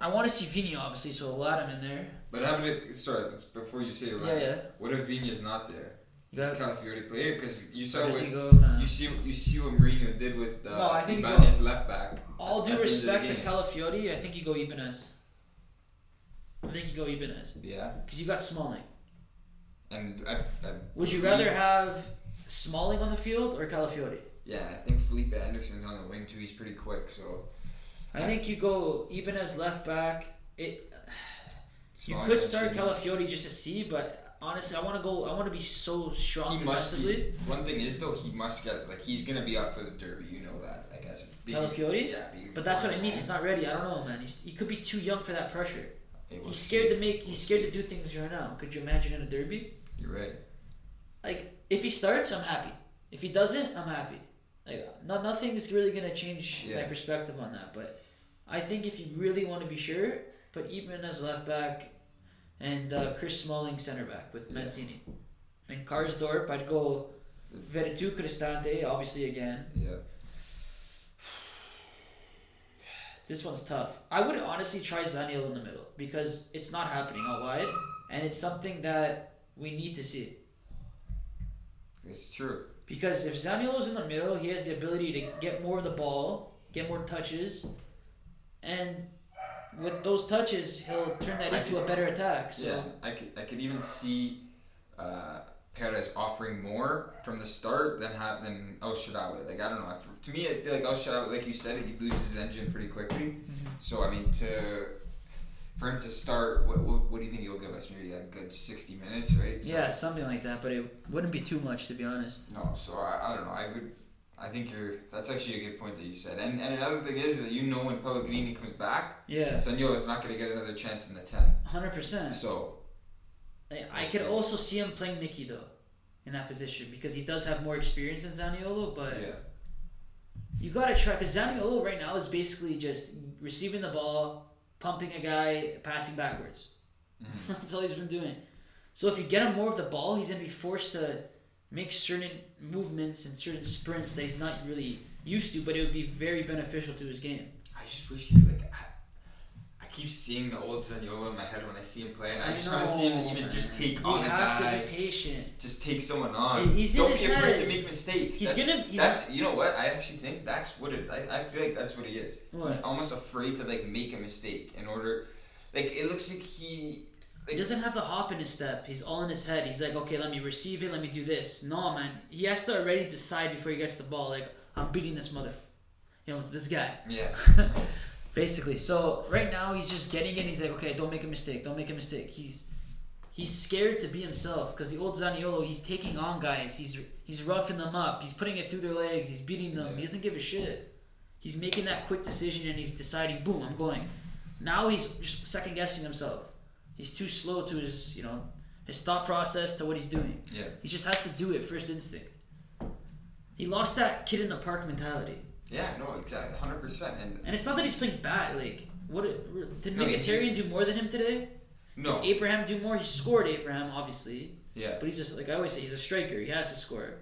A: I want to see Vini obviously, so we'll add him in there.
B: But how about if sorry? That's before you say the
A: Yeah,
B: lineup.
A: yeah.
B: What if Vina's not there?
A: You
B: Does
A: got-
B: Calafiori play? Because you saw
A: where does
B: what
A: he go, man?
B: you see. You see what Mourinho did with uh,
A: No, I think he
B: Ibanez left back.
A: All due
B: at the end of the
A: respect to
B: game.
A: Calafiori, I think you go Ibanez. I think you go Ibanez
B: Yeah,
A: because you got Smalling.
B: and I've, i
A: Would you rather have Smalling on the field or Calafiori?
B: Yeah, and I think Felipe Anderson's on the wing too. He's pretty quick, so
A: I think you go Ibanez left back. It, you
B: Smalling
A: could
B: will
A: start
B: see.
A: Calafiori just to see, but honestly, I want to go. I want to be so strong
B: He must
A: defensively.
B: be. One thing is though, he must get like he's gonna be up for the derby. You know that, like as being,
A: Calafiori?
B: Yeah, being
A: But that's what I mean. He's not ready. I don't know, man. He's, he could be too young for that pressure.
B: Hey, we'll
A: He's scared
B: see.
A: to make. He's scared to do things right now. Could you imagine in a derby?
B: You're right.
A: like if he starts, I'm happy. If he doesn't, I'm happy. Like no, nothing is really gonna change my
B: Yeah.
A: perspective on that. But I think if you really want to be sure, put Eatman as left back, and uh, Chris Smalling center back with
B: Yeah.
A: Mancini, and Karsdorp. I'd go Veretout, Cristante, obviously again.
B: Yeah.
A: This one's tough. I would honestly try Zaniel in the middle because it's not happening out wide, and it's something that we need to see.
B: It's true.
A: Because if Zaniolo's in the middle, he has the ability to get more of the ball, get more touches, and with those touches, he'll turn that
B: I
A: into a better attack. So
B: yeah, I could, I could even see uh, Perez offering more from the start than have than El Shaarawy. Like I don't know. F- To me, I feel like El Shaarawy, like you said, he loses his engine pretty quickly.
A: Mm-hmm.
B: So I mean, to for him to start, what, what, what do you think he'll give us? Maybe a good sixty minutes, right? So,
A: yeah, something like that. But it wouldn't be too much, to be honest.
B: No, so I, I don't know. I would. I think you're. That's actually a good point that you said. And and another thing is that you know when Pellegrini comes back,
A: Yeah,
B: Sanyo is not going to get another chance in the ten.
A: hundred percent.
B: So
A: I could also see him playing Nicky though, in that position because he does have more experience than Zaniolo. But
B: yeah,
A: you gotta try because Zaniolo right now is basically just receiving the ball, pumping a guy, passing backwards.
B: Mm-hmm.
A: That's all he's been doing. So if you get him more of the ball, he's gonna be forced to make certain movements and certain sprints that he's not really used to, but it would be very beneficial to his game.
B: I just wish he like. I, I keep seeing the old Sanyo in my head when I see him play, and I, just want to see him
A: know,
B: even just
A: man.
B: take
A: We
B: on a
A: have
B: guy.
A: to be patient.
B: Just take someone on.
A: He's in
B: Don't
A: his
B: be afraid
A: head.
B: to make mistakes.
A: He's
B: that's,
A: gonna- he's-
B: that's you know what I actually think that's what it. I, I feel like that's what he is. He's
A: What?
B: almost afraid to like make a mistake in order. Like it looks like he. Like,
A: He doesn't have the hop in his step. He's all in his head. He's like, okay, let me receive it. Let me do this. No, man. He has to already decide before he gets the ball. Like, I'm beating this mother. You know, this guy.
B: yeah.
A: Basically, so right now he's just getting it. He's like, okay, don't make a mistake. Don't make a mistake. He's he's scared to be himself because the old Zaniolo, he's taking on guys. He's he's roughing them up. He's putting it through their legs. He's beating them. He doesn't give a shit. He's making that quick decision and he's deciding, boom, I'm going. Now he's just second guessing himself. He's too slow to his you know his thought process to what he's doing.
B: Yeah.
A: He just has to do it first instinct. He lost that kid in the park mentality.
B: Yeah, no, exactly, hundred percent. And
A: And it's not that he's playing bad. Like, what did
B: No, he's
A: Mkhitaryan do more than him today?
B: no,
A: Abraham do more. He scored Abraham, obviously,
B: yeah,
A: but he's just like I always say, he's a striker. He has to score,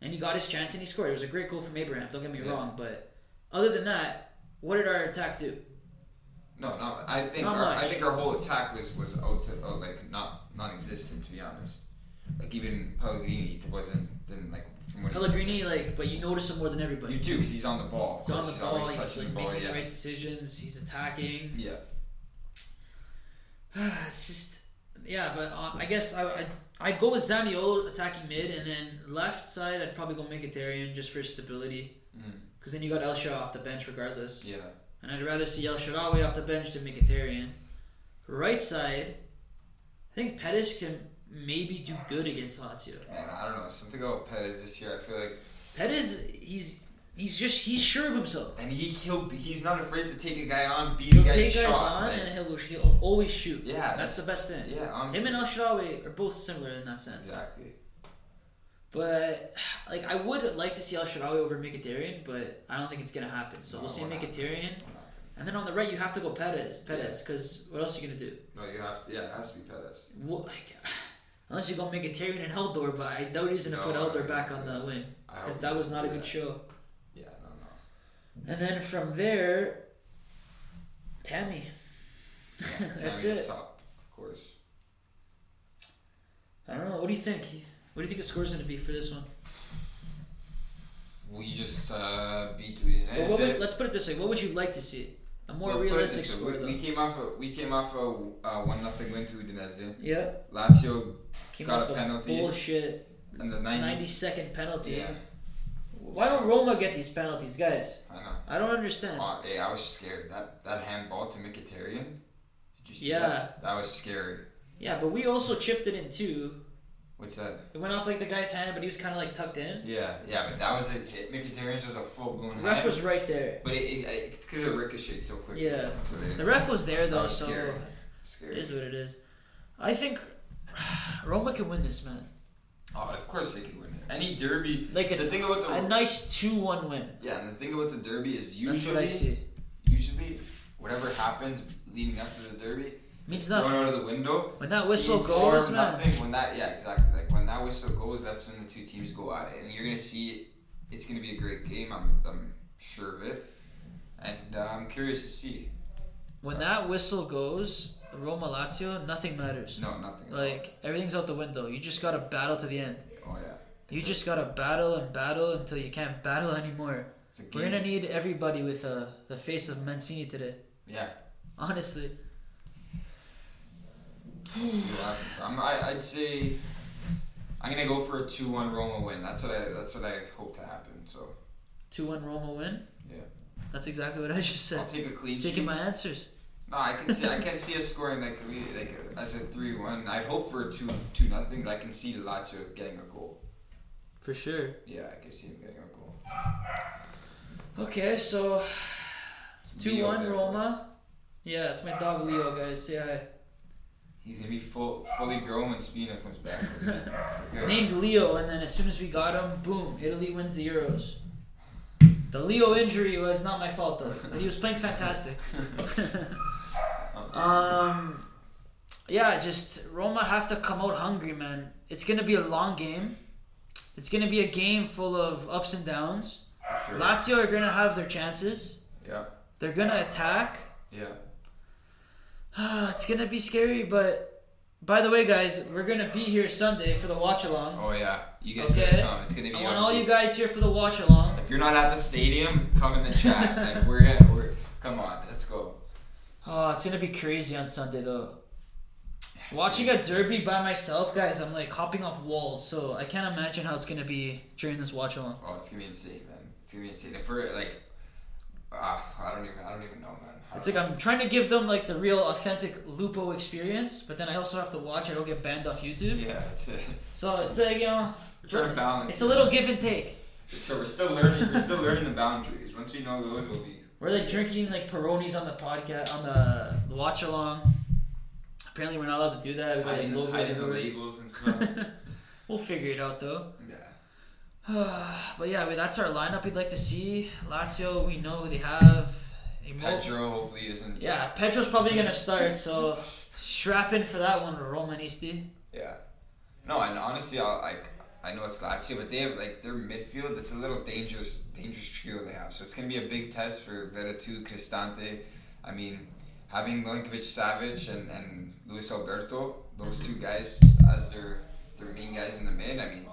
A: and he got his chance and he scored. It was a great goal from Abraham. Don't get me
B: Yeah.
A: wrong, but other than that, what did our attack do?
B: no, no. I think
A: Not
B: our, I
A: much.
B: think our whole attack was was out to out, like not non-existent to be honest. Like even Pellegrini wasn't didn't like from what
A: Pellegrini, like, but you notice him more than
B: He, you
A: everybody.
B: do because he's on the ball. Of
A: He's on
B: course,
A: the
B: he's
A: ball.
B: always
A: He's
B: touching
A: like
B: the ball.
A: making
B: Yeah,
A: the right decisions. He's attacking.
B: yeah.
A: it's just yeah, but uh, I guess I, I I'd go with Zaniolo attacking mid, and then left side I'd probably go Mkhitaryan just for stability,
B: Mm.
A: because then you got Elsha off the bench regardless,
B: Yeah.
A: and I'd rather see El Shaarawy off the bench than Mkhitaryan. Right side, I think Pettis can maybe do good against Lazio.
B: Man, I don't know. Something about Pettis this year. I feel like,
A: Pettis, he's he's just he's sure of himself.
B: and he he'll be, he's not afraid to take a guy on, beat
A: He'll
B: a guy's
A: take guys
B: shot.
A: on
B: like-
A: and he'll he'll always shoot.
B: Yeah,
A: that's,
B: that's-
A: the best thing.
B: yeah, honestly.
A: Him and El Shaarawy are both similar in that sense.
B: exactly.
A: But like I would like to see El Shaarawy over Mkhitaryan, but I don't think it's gonna happen. So
B: No,
A: we'll see
B: it won't
A: Mkhitaryan, and then on the right you have to go Perez, Perez, because what else are you gonna do?
B: No, you have to. Yeah, it has to be Pettis.
A: Well, like, unless you go Mkhitaryan and Heldor, but I doubt he's gonna
B: No,
A: put
B: I
A: Heldor
B: don't
A: back
B: think
A: on
B: so.
A: the wing
B: I hope
A: because
B: he
A: that was
B: doesn't
A: not a
B: do
A: good
B: that.
A: show.
B: Yeah, no, no.
A: And then from there, Tammy.
B: Yeah,
A: That's
B: Tammy at
A: it.
B: Top, of course.
A: I don't know. What do you think? What do you think the score's gonna be for this one?
B: We just uh, beat United.
A: Well, what would, let's put it this way: What would you like to see? A more
B: Well, put it
A: realistic
B: this
A: score,
B: way,
A: though.
B: We, we came off a we came off a uh, one nothing win to Udinese.
A: yeah,
B: Lazio
A: came
B: Got
A: off
B: a penalty.
A: bullshit
B: and the 90,
A: 90 second penalty.
B: Yeah,
A: Why don't Roma get these penalties, guys?
B: I know.
A: I don't understand.
B: Oh, hey, I was scared. That that handball to Mkhitaryan. Did you see
A: Yeah.
B: that? That was scary.
A: Yeah, but we also chipped it in too.
B: What's that?
A: It went off like the guy's hand, but he was kind of like tucked in.
B: Yeah, yeah, but that was a hit. Mkhitaryan's was a full blown
A: The ref
B: hand.
A: was right there.
B: but it, it, it, it's because it ricocheted so quick.
A: Yeah.
B: So they didn't-
A: The ref was there
B: that
A: though,
B: was
A: so
B: scary.
A: it
B: Scary.
A: is what it is. I think Roma can win this, man.
B: Oh, of course they could win it. Any derby.
A: Like a,
B: the thing about the
A: a nice 2 1 win.
B: yeah, and the thing about the derby is usually
A: That's what I see.
B: usually whatever happens leading up to the derby
A: Means
B: thrown
A: nothing.
B: out of the window.
A: When that whistle
B: Team four,
A: goes, man.
B: nothing. When that yeah, exactly. Like when that whistle goes, that's when the two teams go at it, and you're gonna see it's gonna be a great game. I'm I'm sure of it, and uh, I'm curious to see.
A: When that whistle goes, Roma Lazio, nothing matters.
B: No, nothing. at all.
A: Like, everything's out the window. You just gotta battle to the end.
B: oh yeah,
A: You
B: It's a-
A: just gotta battle and battle until you can't battle anymore.
B: it's a game.
A: We're gonna need everybody with uh, the face of Mancini today.
B: yeah.
A: Honestly,
B: We'll see what happens. I'm, I I'd say I'm gonna go for a two-one Roma win. That's what I that's what I hope to happen. So
A: two one Roma win.
B: yeah,
A: That's exactly what I just
B: I'll
A: said.
B: take a clean sheet.
A: Taking my answers.
B: No, I can see. I can see us scoring like we like as a three one. I'd hope for a two two nothing, but I can see Lazio getting a goal.
A: For sure.
B: Yeah, I can see him getting a goal.
A: Okay, so
B: It's
A: two
B: Leo
A: one
B: there, boys.
A: Roma. Yeah, it's my dog Leo, guys. Say hi.
B: He's gonna be full, fully grown when Spina comes back. Okay.
A: Named Leo, and then as soon as we got him, boom! Italy wins the Euros. The Leo injury was not my fault though. But he was playing fantastic. Um, yeah, just Roma have to come out hungry, man. It's gonna be a long game. It's gonna be a game full of ups and downs.
B: Sure.
A: Lazio are gonna have their chances.
B: Yeah,
A: They're gonna attack.
B: yeah.
A: it's gonna be scary, but by the way, guys, we're gonna be here Sunday for the watch along.
B: Oh yeah, you guys
A: Okay.
B: better come. It's gonna be.
A: I want
B: on-
A: all you guys here for the watch along.
B: If you're not at the stadium, come in the chat. like we're at, we're come on, let's go.
A: Oh, it's gonna be crazy on Sunday though. Watching a derby by myself, guys, I'm like hopping off walls, so I can't imagine how it's gonna be during this watch along.
B: Oh, it's gonna be insane, man. It's gonna be insane. If we're like, ah, I don't even, I don't even know, man. I
A: It's
B: don't
A: like I'm trying to give them like the real authentic Lupo experience, but then I also have to watch. I don't get banned off YouTube,
B: Yeah, that's it.
A: so it's like you know,
B: We're trying to balance.
A: it's a little give and take.
B: So we're still learning. We're still learning the boundaries. Once we know those, we'll be.
A: We're like drinking like Peronis on the podcast on the watch along. Apparently, we're not allowed to do that. We got like
B: Hiding, the,
A: logos
B: hiding the
A: everywhere.
B: labels and stuff.
A: We'll figure it out though.
B: yeah.
A: but yeah, I mean, that's our lineup. We'd like to see Lazio. We know who they have. Emo-
B: Pedro hopefully isn't.
A: yeah, Pedro's probably gonna start. So strap in for that one, Romanisti.
B: Yeah. No, and honestly, I like. I know it's Lazio, but they have like their midfield. It's a little dangerous, dangerous trio they have. So it's gonna be a big test for Veretout, Cristante. I mean, having Milinkovic, Savic, and and Luis Alberto, those
A: Mm-hmm.
B: two guys as their their main guys in the mid. I mean,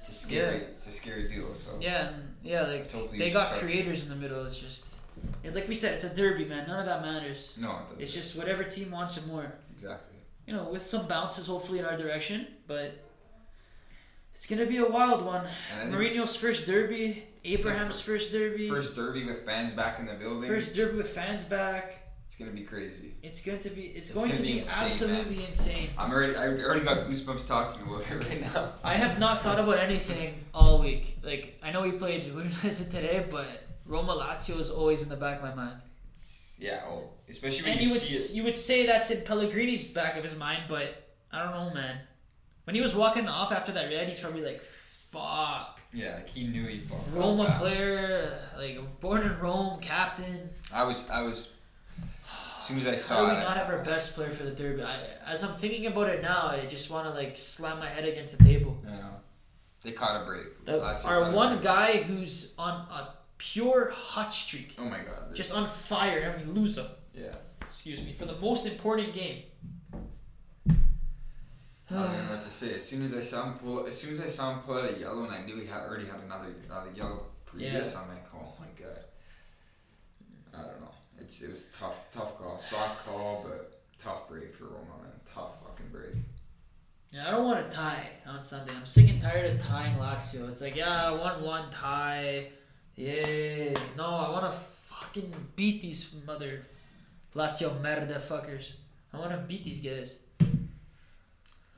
B: it's a scary,
A: Yeah.
B: it's a scary duo. So
A: Yeah, and yeah, like
B: It's hopefully
A: they got
B: sharp.
A: creators in the middle. It's just yeah, like we said, it's a derby, man. None of that matters.
B: no, it doesn't.
A: It's just whatever team wants it more.
B: exactly.
A: You you know, with some bounces hopefully in our direction, but it's gonna be a wild one.
B: And I think
A: Mourinho's first derby, Abraham's
B: fir-
A: first derby, first,
B: first derby with fans back in the building.
A: derby with fans back.
B: It's gonna be crazy.
A: It's going to be it's,
B: It's
A: going
B: gonna
A: to
B: be
A: be,
B: insane, man.
A: absolutely insane.
B: I'm already. I already got goosebumps talking about it right now.
A: I have not thought about anything all week. Like I know we played Udinese today, but Roma Lazio is always in the back of my mind.
B: It's, yeah. Oh, especially when
A: And
B: you,
A: you would
B: see it.
A: you would say that's in Pellegrini's back of his mind, but I don't know, man. When he was walking off after that red, he's probably like, "Fuck,
B: Yeah, like he knew he fucked up
A: Roma
B: bad.
A: player, like born in Rome, captain.
B: I was. I was. As soon as I
A: How
B: saw
A: do we
B: it,
A: not have our best player for the derby?" I, as I'm thinking about it now, I just want to like slam my head against the table.
B: You know, they caught a break.
A: The-
B: Lazio
A: our
B: caught a
A: one
B: break.
A: guy who's on a pure hot streak,
B: Oh my god. this-
A: just on fire, and we lose him.
B: Yeah.
A: Excuse me for the most important game.
B: I don't even know what to say. As soon as I saw him pull, as soon as I saw him pull out a yellow, and I knew he had already had another uh, yellow previous, I'm like, oh my god. I don't know. It's it was tough, tough call, soft call, but tough break for Roma, man. Tough fucking break.
A: Yeah, I don't want to tie on Sunday. I'm sick and tired of tying Lazio. It's like, yeah, I want one tie. Yay. No, I want to fucking beat these mother Lazio merda fuckers. I want to beat these guys.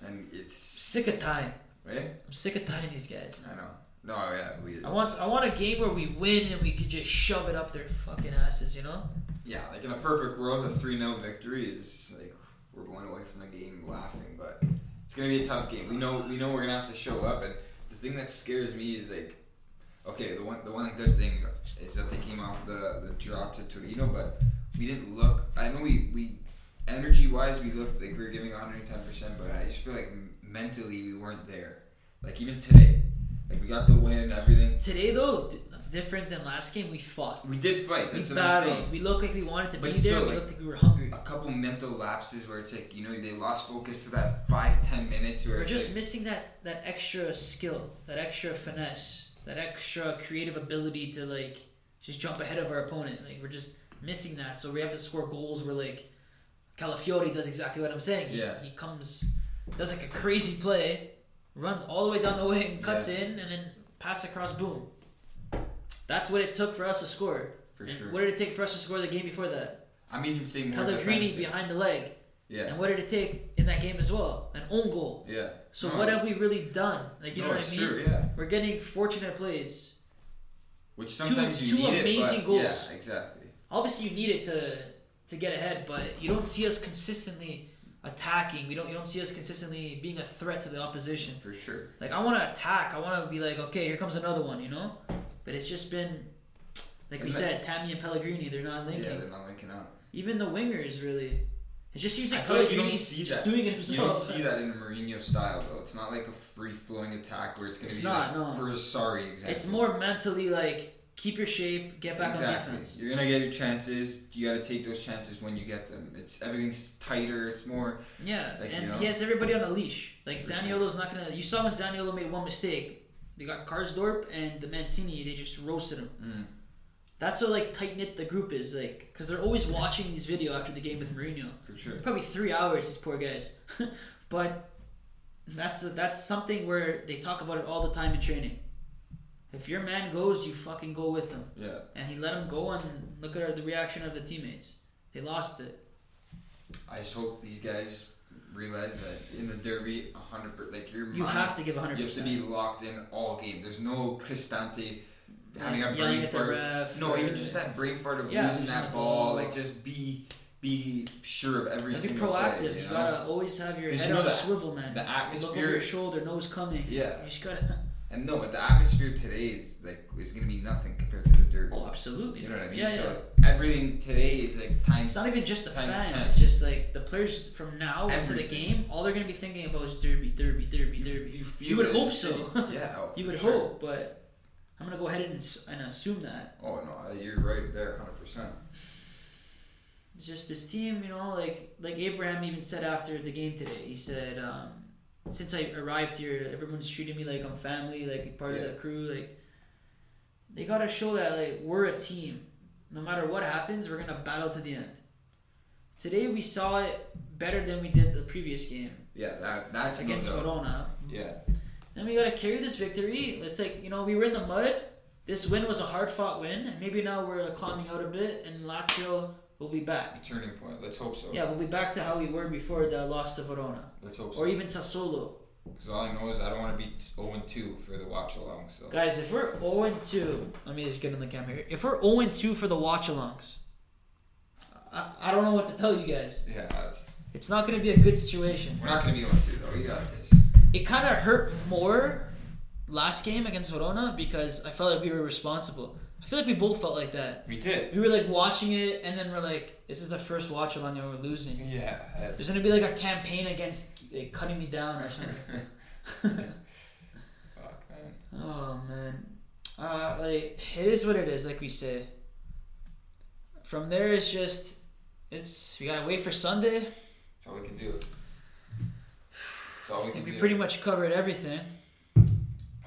B: And it's
A: Sick of tying.
B: eh?
A: I'm sick of tying these guys.
B: I know. No, yeah, we.
A: I want
B: it's-
A: I want a game where we win and we could just shove it up their fucking asses, you know?
B: Yeah, like in a perfect world, a 3 0 victory is like we're going away from the game laughing, but it's gonna be a tough game. We know we know we're gonna have to show up, and the thing that scares me is like, okay, the one the one good thing is that they came off the the draw to Torino, but we didn't look. I know we we energy wise we looked like we were giving 110 percent, but I just feel like mentally we weren't there. Like even today, like we got the win, everything.
A: Today though, d- different than last game, we fought.
B: We did fight.
A: We
B: That's what I'm saying.
A: battled. We looked like we wanted to
B: But
A: be
B: still,
A: there. We
B: like-
A: looked like we were hungry.
B: a couple mental lapses where it's like you know they lost focus for that five ten minutes where
A: We're
B: it's
A: just
B: like,
A: missing that that extra skill, that extra finesse, that extra creative ability to like just jump ahead of our opponent. Like we're just missing that. So we have to score goals where like Calafiori does exactly what I'm saying. He-
B: Yeah.
A: He, comes does like a crazy play, runs all the way down the way and cuts
B: Yeah.
A: in and then pass across boom. That's what it took for us to score.
B: for
A: And
B: sure.
A: What did it take for us to score the game before that?
B: I'm even seeing more
A: Pellegrini
B: defensive.
A: behind the leg.
B: Yeah,
A: And what did it take in that game as well? An own goal.
B: yeah.
A: So
B: No,
A: what have we really done? Like you
B: no,
A: know what
B: it's
A: I mean?
B: True, yeah.
A: We're getting fortunate plays.
B: Which sometimes
A: two
B: you need
A: amazing
B: it, but,
A: goals.
B: Yeah, exactly.
A: Obviously, you need it to to get ahead, but you don't see us consistently attacking. We don't you don't see us consistently being a threat to the opposition.
B: For sure.
A: Like I want to attack. I want to be like, okay, here comes another one. You know, but it's just been like we
B: And
A: said, Tammy and Pellegrini. They're not linking.
B: Yeah, they're not linking up.
A: Even the wingers, really. It just seems
B: I
A: like
B: feel like you don't
A: Pellegrini's
B: see
A: just
B: that.
A: doing it
B: You
A: himself.
B: don't see that in a Mourinho style though. It's not like a free flowing attack where it's gonna
A: It's
B: be
A: not,
B: like
A: no.
B: for a sorry exactly.
A: It's more mentally like keep your shape, get back on
B: exactly.
A: defense.
B: You're gonna get your chances. You gotta take those chances when you get them. It's everything's tighter. It's more
A: Yeah,
B: Like,
A: and
B: you know?
A: he has everybody on a leash. Like
B: For sure.
A: Zaniolo's not gonna. You saw when Zaniolo made one mistake, they got Karsdorp and the Mancini. They just roasted him.
B: Mm.
A: That's how like tight knit the group is, like, because they're always watching these video after the game with Mourinho.
B: for sure.
A: Probably three hours, these poor guys. but that's that's something where they talk about it all the time in training. If your man goes, you fucking go with him.
B: Yeah.
A: And he let him go, and look at the reaction of the teammates. They lost it.
B: I just hope these guys realize that in the derby, hundred percent, like your
A: You
B: mind,
A: have to give 100%.
B: Mm. you have to be locked in all game. There's no Cristante having a
A: Like
B: brain
A: yelling at the
B: fart.
A: ref
B: no,
A: or-
B: even just that brain fart of
A: Yeah,
B: losing
A: losing
B: that
A: the
B: ball.
A: ball.
B: Like just be be sure of every
A: Gotta be
B: single
A: proactive.
B: play. You,
A: you,
B: know?
A: gotta always have your
B: 'Cause
A: head
B: you know
A: on a
B: that-
A: swivel, man.
B: the
A: Look over
B: atmosphere-
A: your shoulder, nose coming.
B: Yeah.
A: You just gotta.
B: and no, but the atmosphere today is like is gonna be nothing compared to the derby.
A: Oh, absolutely.
B: You know
A: man.
B: what I mean?
A: Yeah,
B: so
A: yeah.
B: like, everything today is like times.
A: It's not even just the
B: Times
A: fans.
B: 10.
A: It's just like the players from now into the
B: Everything.
A: game. All they're gonna be thinking about is derby, derby, derby,
B: you,
A: derby.
B: you feel
A: You would
B: it in the
A: hope
B: city.
A: so.
B: yeah. Oh,
A: you
B: for
A: would
B: sure.
A: hope, but I'm gonna go ahead and, ass- and assume that
B: Oh no, you're right there, hundred percent.
A: it's just this team. You know, like like Abraham even said after the game today. He said, um, "Since I arrived here, everyone's treating me like I'm family, like part
B: Yeah.
A: of the crew, like." they gotta show that like we're a team. No matter what happens, we're gonna battle to the end. Today we saw it better than we did the previous game
B: Yeah, that that's Oh, no
A: against
B: doubt.
A: Verona.
B: Yeah,
A: And we gotta carry this victory. It's like you know we were in the mud. This win was a hard fought win. Maybe now we're climbing out a bit, and Lazio will be
B: a
A: back.
B: turning point. Let's hope so.
A: Yeah, we'll be back to how we were before the loss to Verona,
B: Let's hope
A: or
B: so.
A: even Sassuolo.
B: Because all I know is I don't want to be 0 2 for the watch along. So
A: Guys, if we're 0 2, let me just get in the camera here. If we're 0 2 for the watch alongs, I, I don't know what to tell you guys.
B: yeah, that's,
A: It's not going to be a good situation.
B: we're not gonna be 0 2 though. You got this.
A: It kind of hurt more last game against Verona because I felt like we were responsible. I feel like we both felt like that.
B: We did.
A: We were like watching it, and then we're like, this is the first watch along that we're losing.
B: Yeah. That's,
A: There's going to be like a campaign against like, cutting me down or something.
B: fuck man.
A: Oh man, uh, like it is what it is. Like we say. From there, it's just it's we gotta wait for Sunday.
B: That's all we can do. That's all
A: I
B: we
A: think
B: can
A: we
B: do.
A: pretty much covered everything.
B: what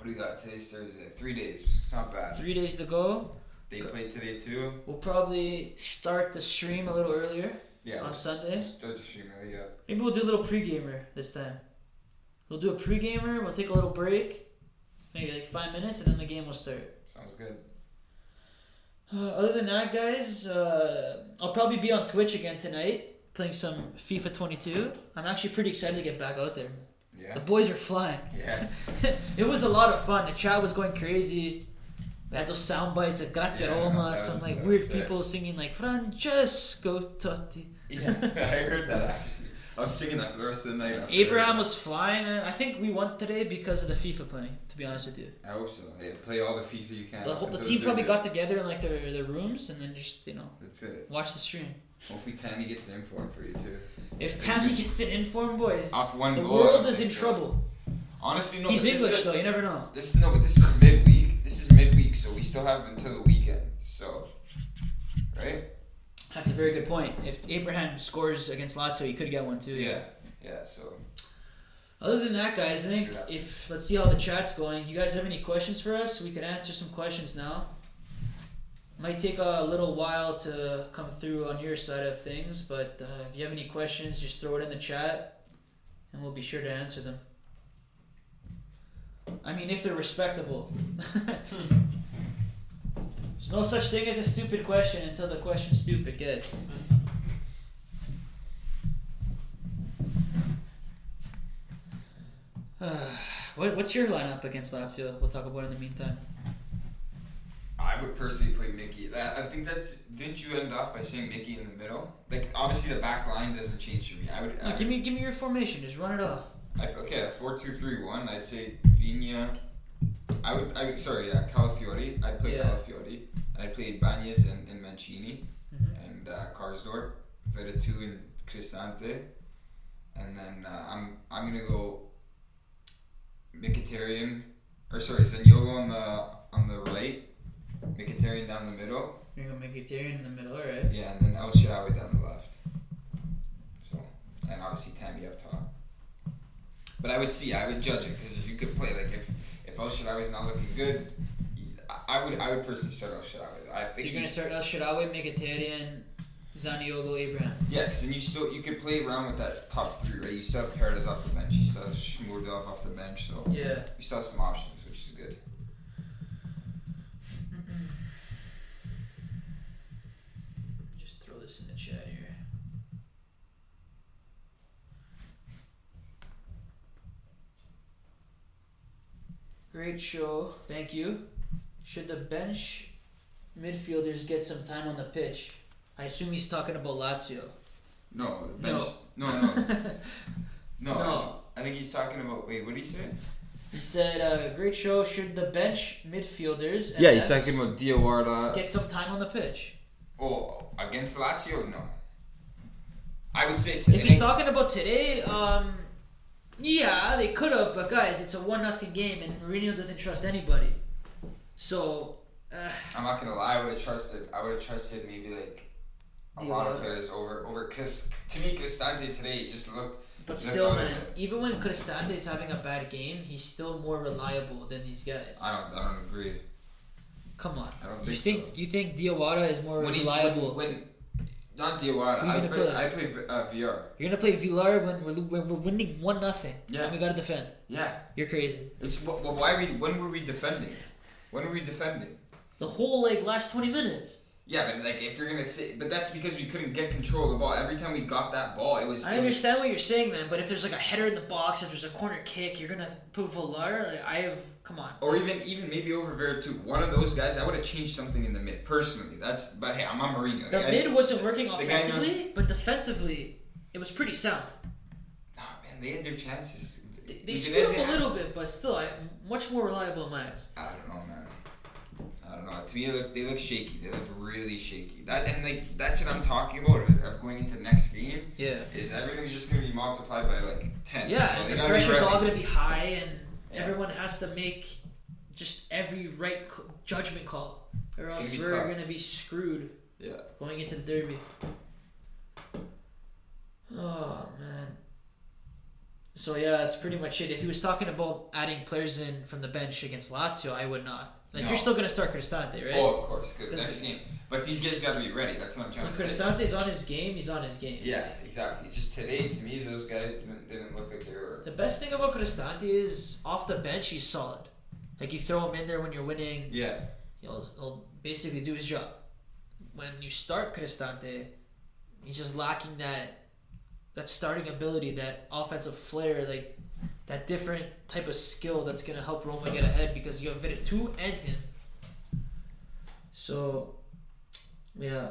B: do we got? Today's Thursday. Three days. It's not bad.
A: Three days to go.
B: They played today too.
A: We'll probably start the stream a little earlier
B: Yeah.
A: on
B: let's-
A: Sunday.
B: let's Start the stream early. Yeah.
A: Maybe we'll do a little pre-gamer this time. We'll do a pre-gamer. We'll take a little break, maybe like five minutes, and then the game will start.
B: Sounds good.
A: Uh, other than that, guys, uh, I'll probably be on Twitch again tonight playing some FIFA 22. I'm actually pretty excited to get back out there.
B: Yeah.
A: The boys are flying.
B: Yeah.
A: It was a lot of fun. The chat was going crazy. We had those sound bites of Grazie
B: Yeah,
A: Roma,
B: that
A: some
B: was-
A: like
B: that
A: weird
B: was sick.
A: people singing like Francesco Totti.
B: Yeah. I heard that actually. I was singing that for the rest of the night. after-
A: Abraham was flying, man. I think we won today because of the FIFA playing. To be honest with you,
B: I hope so. Yeah, play all the FIFA you can.
A: the, whole, the
B: Until
A: team probably
B: derby.
A: got together in like their their rooms and then just you know
B: That's it.
A: watch the stream.
B: Hopefully Tammy gets an inform for you too.
A: If Tammy gets an informed boys,
B: Off one
A: the
B: goal. I
A: world
B: don't
A: is in
B: think so.
A: trouble.
B: Honestly, no.
A: He's
B: but this
A: English
B: is-
A: though. You never know.
B: This no, but this is midweek. This is midweek, so we still have until the weekend. So, right?
A: That's a very good point. If Abraham scores against Lazio, he could get one too.
B: Yeah, yeah. So
A: Other than that, guys, I think
B: Shoot up.
A: if let's see how the chat's going. You guys have any questions for us? We could answer some questions now. Might take a little while to come through on your side of things, but uh, if you have any questions, just throw it in the chat, and we'll be sure to answer them. I mean, if they're respectable. There's no such thing as a stupid question until the question's stupid, guys. what, what's your lineup against Lazio? We'll talk about it in the meantime.
B: I would personally play Mickey. That I think that's. Didn't you end off by saying Mickey in the middle? Like obviously the back line doesn't change for me. I would. I
A: No,
B: would
A: give me give me your formation. Just run it off.
B: I'd, okay, a four-two-three-one. I'd say Vigna. I would. I would, sorry. Yeah, Calafiori. I'd play
A: Yeah.
B: Calafiori, and I'd play Banez and, and Mancini.
A: Mhm.
B: and uh, Karsdorp, Veretout and Cristante, and then uh, I'm I'm gonna go Mkhitaryan, or sorry, Zaniolo on the on the right, Mkhitaryan down the middle,
A: You're gonna make it Tyrion in the middle, all right?
B: yeah, and then El Shaarawy down the left. So, and obviously Tammy up top. But I would see, I would judge it because if you could play, like if if El Shaarawy's not looking good, I- I would I would personally start El Shaarawy. I
A: So
B: think
A: you're gonna
B: he's-
A: start uh, El Shirawi, Mkhitaryan, Zaniolo, Abraham.
B: Yeah, because then you still you could play around with that top three, right? You still have Paredes off the bench, you still have Shmurdov off the bench, so
A: Yeah.
B: you still have some options, which is good.
A: Just throw this in the chat here. Great show, thank you. Should the bench midfielders get some time on the pitch? I assume he's talking about Lazio.
B: No, the bench. No, no, no. no.
A: No.
B: I think he's talking about. Wait, what did he say?
A: He said, uh, "Great show. Should the bench midfielders?" and
B: Yeah, he's
A: Fs
B: talking about Diawara.
A: Get some time on the pitch.
B: Oh, against Lazio, no. I would say today.
A: If he's talking about today, um, yeah, they could have, but guys, it's a one nothing game, and Mourinho doesn't trust anybody. So, uh,
B: I'm not gonna lie. I would have trusted. I would have trusted maybe like a lot of
A: Diawara.
B: players over over Chris. To me, Cristante today just looked.
A: but
B: looked
A: still,
B: out of
A: man,
B: it.
A: even when Cristante's having a bad game, he's still more reliable than these guys.
B: I don't. I don't agree.
A: Come on,
B: I don't
A: you
B: think
A: think
B: so.
A: you think Diawara is more
B: when he's
A: reliable?
B: when, when Not Diawara.
A: Who you
B: I
A: gonna
B: play,
A: play?
B: I play uh, VR.
A: You're gonna play Villar when we're, lo- when we're winning one nothing.
B: Yeah.
A: And we gotta defend.
B: Yeah.
A: You're crazy.
B: It's wh- wh- why we when were we defending? When were we defending?
A: The whole like last twenty minutes.
B: Yeah, but like if you're gonna sit, but that's because we couldn't get control of the ball. Every time we got that ball, it was.
A: I
B: it was-
A: understand what you're saying, man. But if there's like a header in the box, if there's a corner kick, you're gonna put Villar. Like, I have come on.
B: or even even maybe over Vera too. One of those guys, I would have changed something in the mid personally. That's but hey, I'm on Mourinho.
A: The
B: Like, I-
A: mid wasn't working
B: guy knows-
A: offensively, but defensively, it was pretty sound.
B: Nah, man, they had their chances.
A: They, they
B: Udinese
A: screwed up
B: had-
A: a little bit, but still, I much more reliable in my eyes.
B: I don't know, man. I don't know. To me, they look, they look shaky. They look really shaky. That and like that's what I'm talking about of going into the next game.
A: Yeah.
B: Is everything's just gonna be multiplied by like ten?
A: Yeah,
B: so
A: and
B: they
A: the
B: gotta be
A: pressure's
B: ready.
A: all going to be high, and
B: Yeah.
A: everyone has to make just every right c- judgment call, or
B: It's
A: else
B: gonna be
A: we're
B: tough.
A: going to be screwed
B: Yeah.
A: going into the derby. Oh man. So yeah, that's pretty much it. If he was talking about adding players in from the bench against Lazio, I would not. Like
B: No.
A: you're still going to start Cristante, right?
B: Oh, of course. Good.
A: This is-
B: Next game. But these guys got to be ready. That's what I'm trying
A: when
B: to say.
A: Cristante's on his game, he's on his game.
B: Yeah, exactly. Just today, to me, those guys didn't, didn't look like they were.
A: The best thing about Cristante is off the bench, he's solid. Like you throw him in there when you're winning.
B: Yeah.
A: he'll, he'll basically do his job. When you start Cristante, he's just lacking that that starting ability, that offensive flair, like that different type of skill that's gonna help Roma get ahead because you have Veretout and him. So, yeah.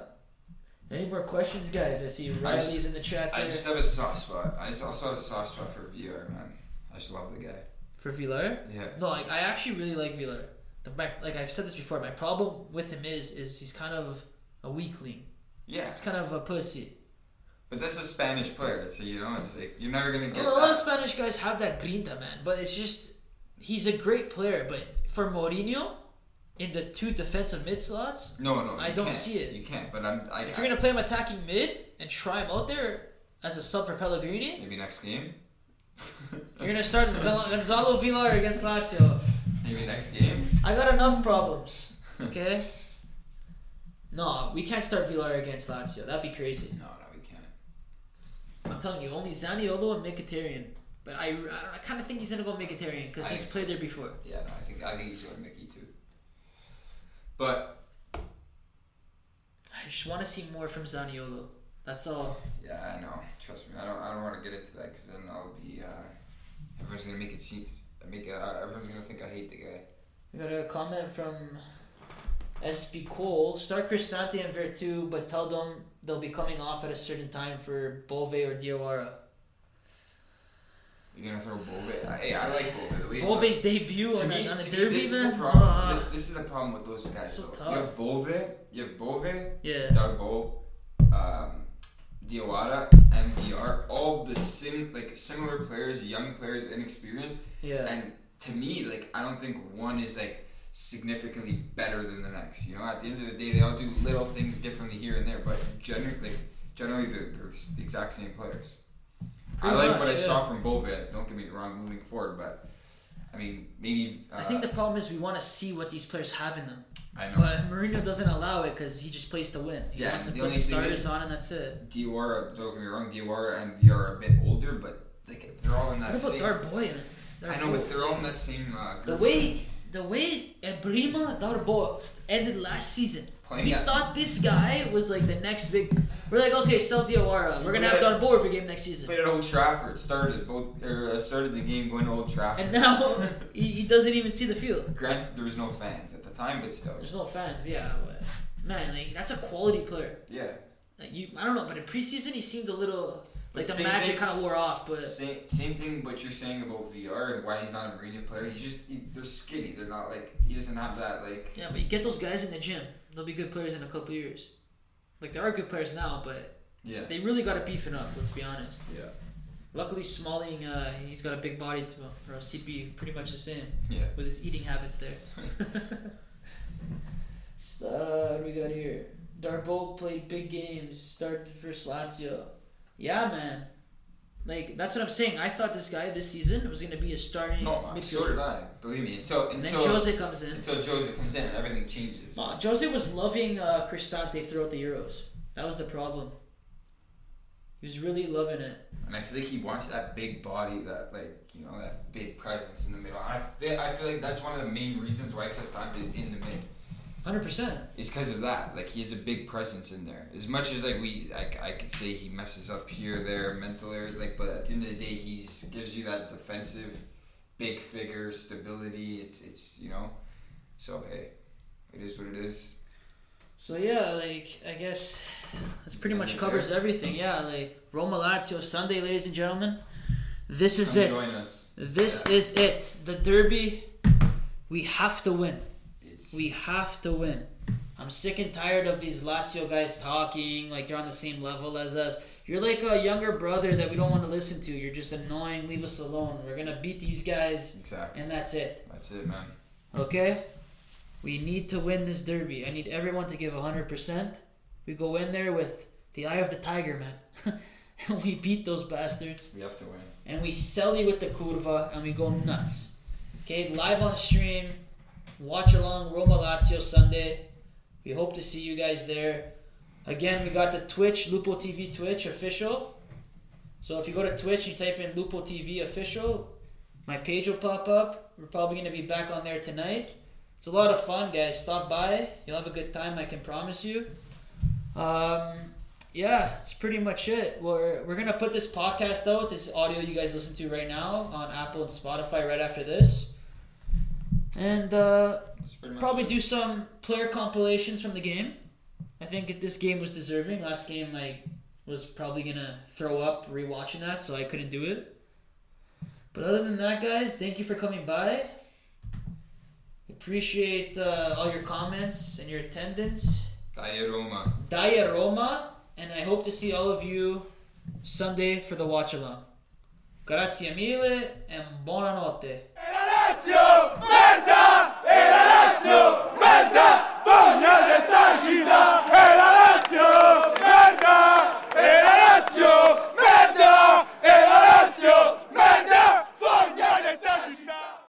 A: Any more questions, guys? I see
B: I just-
A: Riley's in the chat
B: I
A: there
B: just have a soft spot. I just also have a soft spot for VR, man. I just love the guy.
A: for Villar.
B: Yeah.
A: No, like I actually really like Villar. The, my, like I've said this before, my problem with him is is he's kind of a weakling.
B: Yeah.
A: It's kind of a pussy.
B: But that's a Spanish player, so you know, it's like you're never gonna get.
A: Well, a lot of
B: That.
A: Spanish guys have that grinta, man. But it's just he's a great player. But for Mourinho, in the two defensive mid slots,
B: No, no.
A: I
B: you
A: don't
B: can't.
A: see it.
B: You can't. But I'm. I,
A: if you're gonna play him attacking mid and try him out there as a sub for Pellegrini,
B: maybe next game.
A: you're gonna start with Vel- Gonzalo Villar against Lazio.
B: Maybe next game.
A: I got enough problems. Okay. No, we can't start Villar against Lazio. That'd be crazy.
B: No, no, we can't.
A: I'm telling you, only Zaniolo and Mkhitaryan. But I, I, don't, I kind of think he's gonna go Mkhitaryan because
B: I
A: he's
B: think
A: played there before.
B: Yeah, no, I think I think he's going Mickey too. But
A: I just want to see more from Zaniolo. That's all.
B: yeah, I know. Trust me, I don't. I don't want to get into that because then I'll be. Uh, everyone's gonna make it seem. Make it, uh, everyone's gonna think I hate the guy.
A: We got a comment from SB Cole. Start Cristante and Vertu, but tell them they'll be coming off at a certain time for Bove or Diawara.
B: You're gonna throw Bove. Hey, I like Bove. The way he looks.
A: Bove's debut
B: to
A: on,
B: me,
A: a, on a
B: to me,
A: derby,
B: this is
A: man.
B: the problem.
A: Ah,
B: Th- This is the problem with those guys.
A: So
B: though.
A: tough.
B: You have Bove, you have Bove,
A: yeah.
B: Darbo, um, Diawara, and VR. All the sim like similar players, young players, inexperienced.
A: Yeah.
B: And to me, like I don't think one is like significantly better than the next. You know, at the end of the day, they all do little things differently here and there, but generally, like, generally, they're, they're the exact same players. I
A: Pretty
B: like
A: much,
B: what I
A: yeah.
B: saw from Bove. Don't get me wrong, moving forward, but I mean, maybe uh,
A: I think the problem is we want to see what these players have in them.
B: I know
A: But Mourinho doesn't allow it because he just plays to win. He
B: Yeah,
A: wants to
B: the
A: put
B: only
A: the
B: thing
A: starters
B: is-
A: on and that's it.
B: Diawara. Don't get me wrong, Diawara and VR are a bit older, but like they're all in that
A: What about
B: same.
A: Darboy, man?
B: I know,
A: Darboy.
B: but they're all in that same uh, group.
A: The way the way Ebrima Darbo ended last season,
B: Playing
A: we
B: at-
A: thought this guy was like the next big. We're like, okay, sell Diawara. We're gonna have
B: Yeah.
A: Darbo every game next season.
B: played at Old Trafford. Started both or uh, started the game going to Old Trafford.
A: And now he, he doesn't even see the field.
B: Granted, there was no fans at the time, but still.
A: There's no fans. Yeah, but, man, like that's a quality player.
B: Yeah.
A: Like you, I don't know, but in preseason he seemed a little like
B: But
A: the
B: same
A: magic
B: thing-
A: kind of wore off. But
B: Same, same thing what you're saying about VR and why he's not a Mourinho player. He's just, he, they're skinny. They're not like, he doesn't have that, like,
A: yeah, but you get those guys in the gym, they'll be good players in a couple years. Like there are good players now, but
B: yeah.
A: they really got to beef it up. Let's be honest.
B: Yeah.
A: Luckily, Smalling, uh, he's got a big body to him, or else he'd be pretty much the same
B: Yeah.
A: with his eating habits there. S- uh, what do we got here? Darbo played big games, started for Lazio. Yeah, man. Like, that's what I'm saying. I thought this guy this season was going to be a starting
B: No, I- so did
A: midfielder.
B: I. Believe me. Until,
A: And then
B: until,
A: Jose comes in.
B: until Jose comes in and everything changes.
A: No, Jose was loving uh, Cristante throughout the Euros. That was the problem. He was really loving it.
B: And I feel like he wants that big body, that like you know that big presence in the middle. I feel, I feel like that's one of the main reasons why Castante is in the mid.
A: 100%.
B: It's because of that. Like he has a big presence in there. As much as like we, I, I could say he messes up here, there, mental error. Like, but at the end of the day, he's gives you that defensive, big figure stability. It's it's you know, so hey, it is what it is.
A: So yeah, like I guess that's pretty much covers everything. Yeah, like Roma Lazio Sunday, ladies and gentlemen. This is
B: Come
A: it.
B: Join us.
A: This
B: Yeah.
A: is it. The derby. We have to win.
B: It's
A: We have to win. I'm sick and tired of these Lazio guys talking like they're on the same level as us. You're like a younger brother that we don't want to listen to. You're just annoying. Leave us alone. We're gonna beat these guys,
B: exactly.
A: and that's it.
B: That's it, man.
A: Okay? We need to win this derby. I need everyone to give 100%. We go in there with the eye of the tiger, man. and we beat those bastards.
B: We have to win.
A: And we sell you with the curva and we go nuts. Okay? Live on stream. Watch along Roma Lazio Sunday. We hope to see you guys there. Again, we got the Twitch, Lupo TV Twitch official. So if you go to Twitch and you type in Lupo TV official, my page will pop up. We're probably going to be back on there tonight. It's a lot of fun, guys. Stop by. You'll have a good time, I can promise you. Um, yeah, that's pretty much it. We're, we're going to put this podcast out, this audio you guys listen to right now, on Apple and Spotify right after this. And uh,
B: That's pretty much
A: probably
B: it.
A: do some player compilations from the game. I think that this game was deserving. Last game I was probably gonna throw up rewatching that, so I couldn't do it. But other than that, guys, thank you for coming by. Appreciate uh, all your comments and your attendance.
B: Dai Roma.
A: Daya Roma, and I hope to see all of you Sunday for the watch along. Grazie mille and buonanotte.
C: Lazio merda e la Lazio merda voglio restare città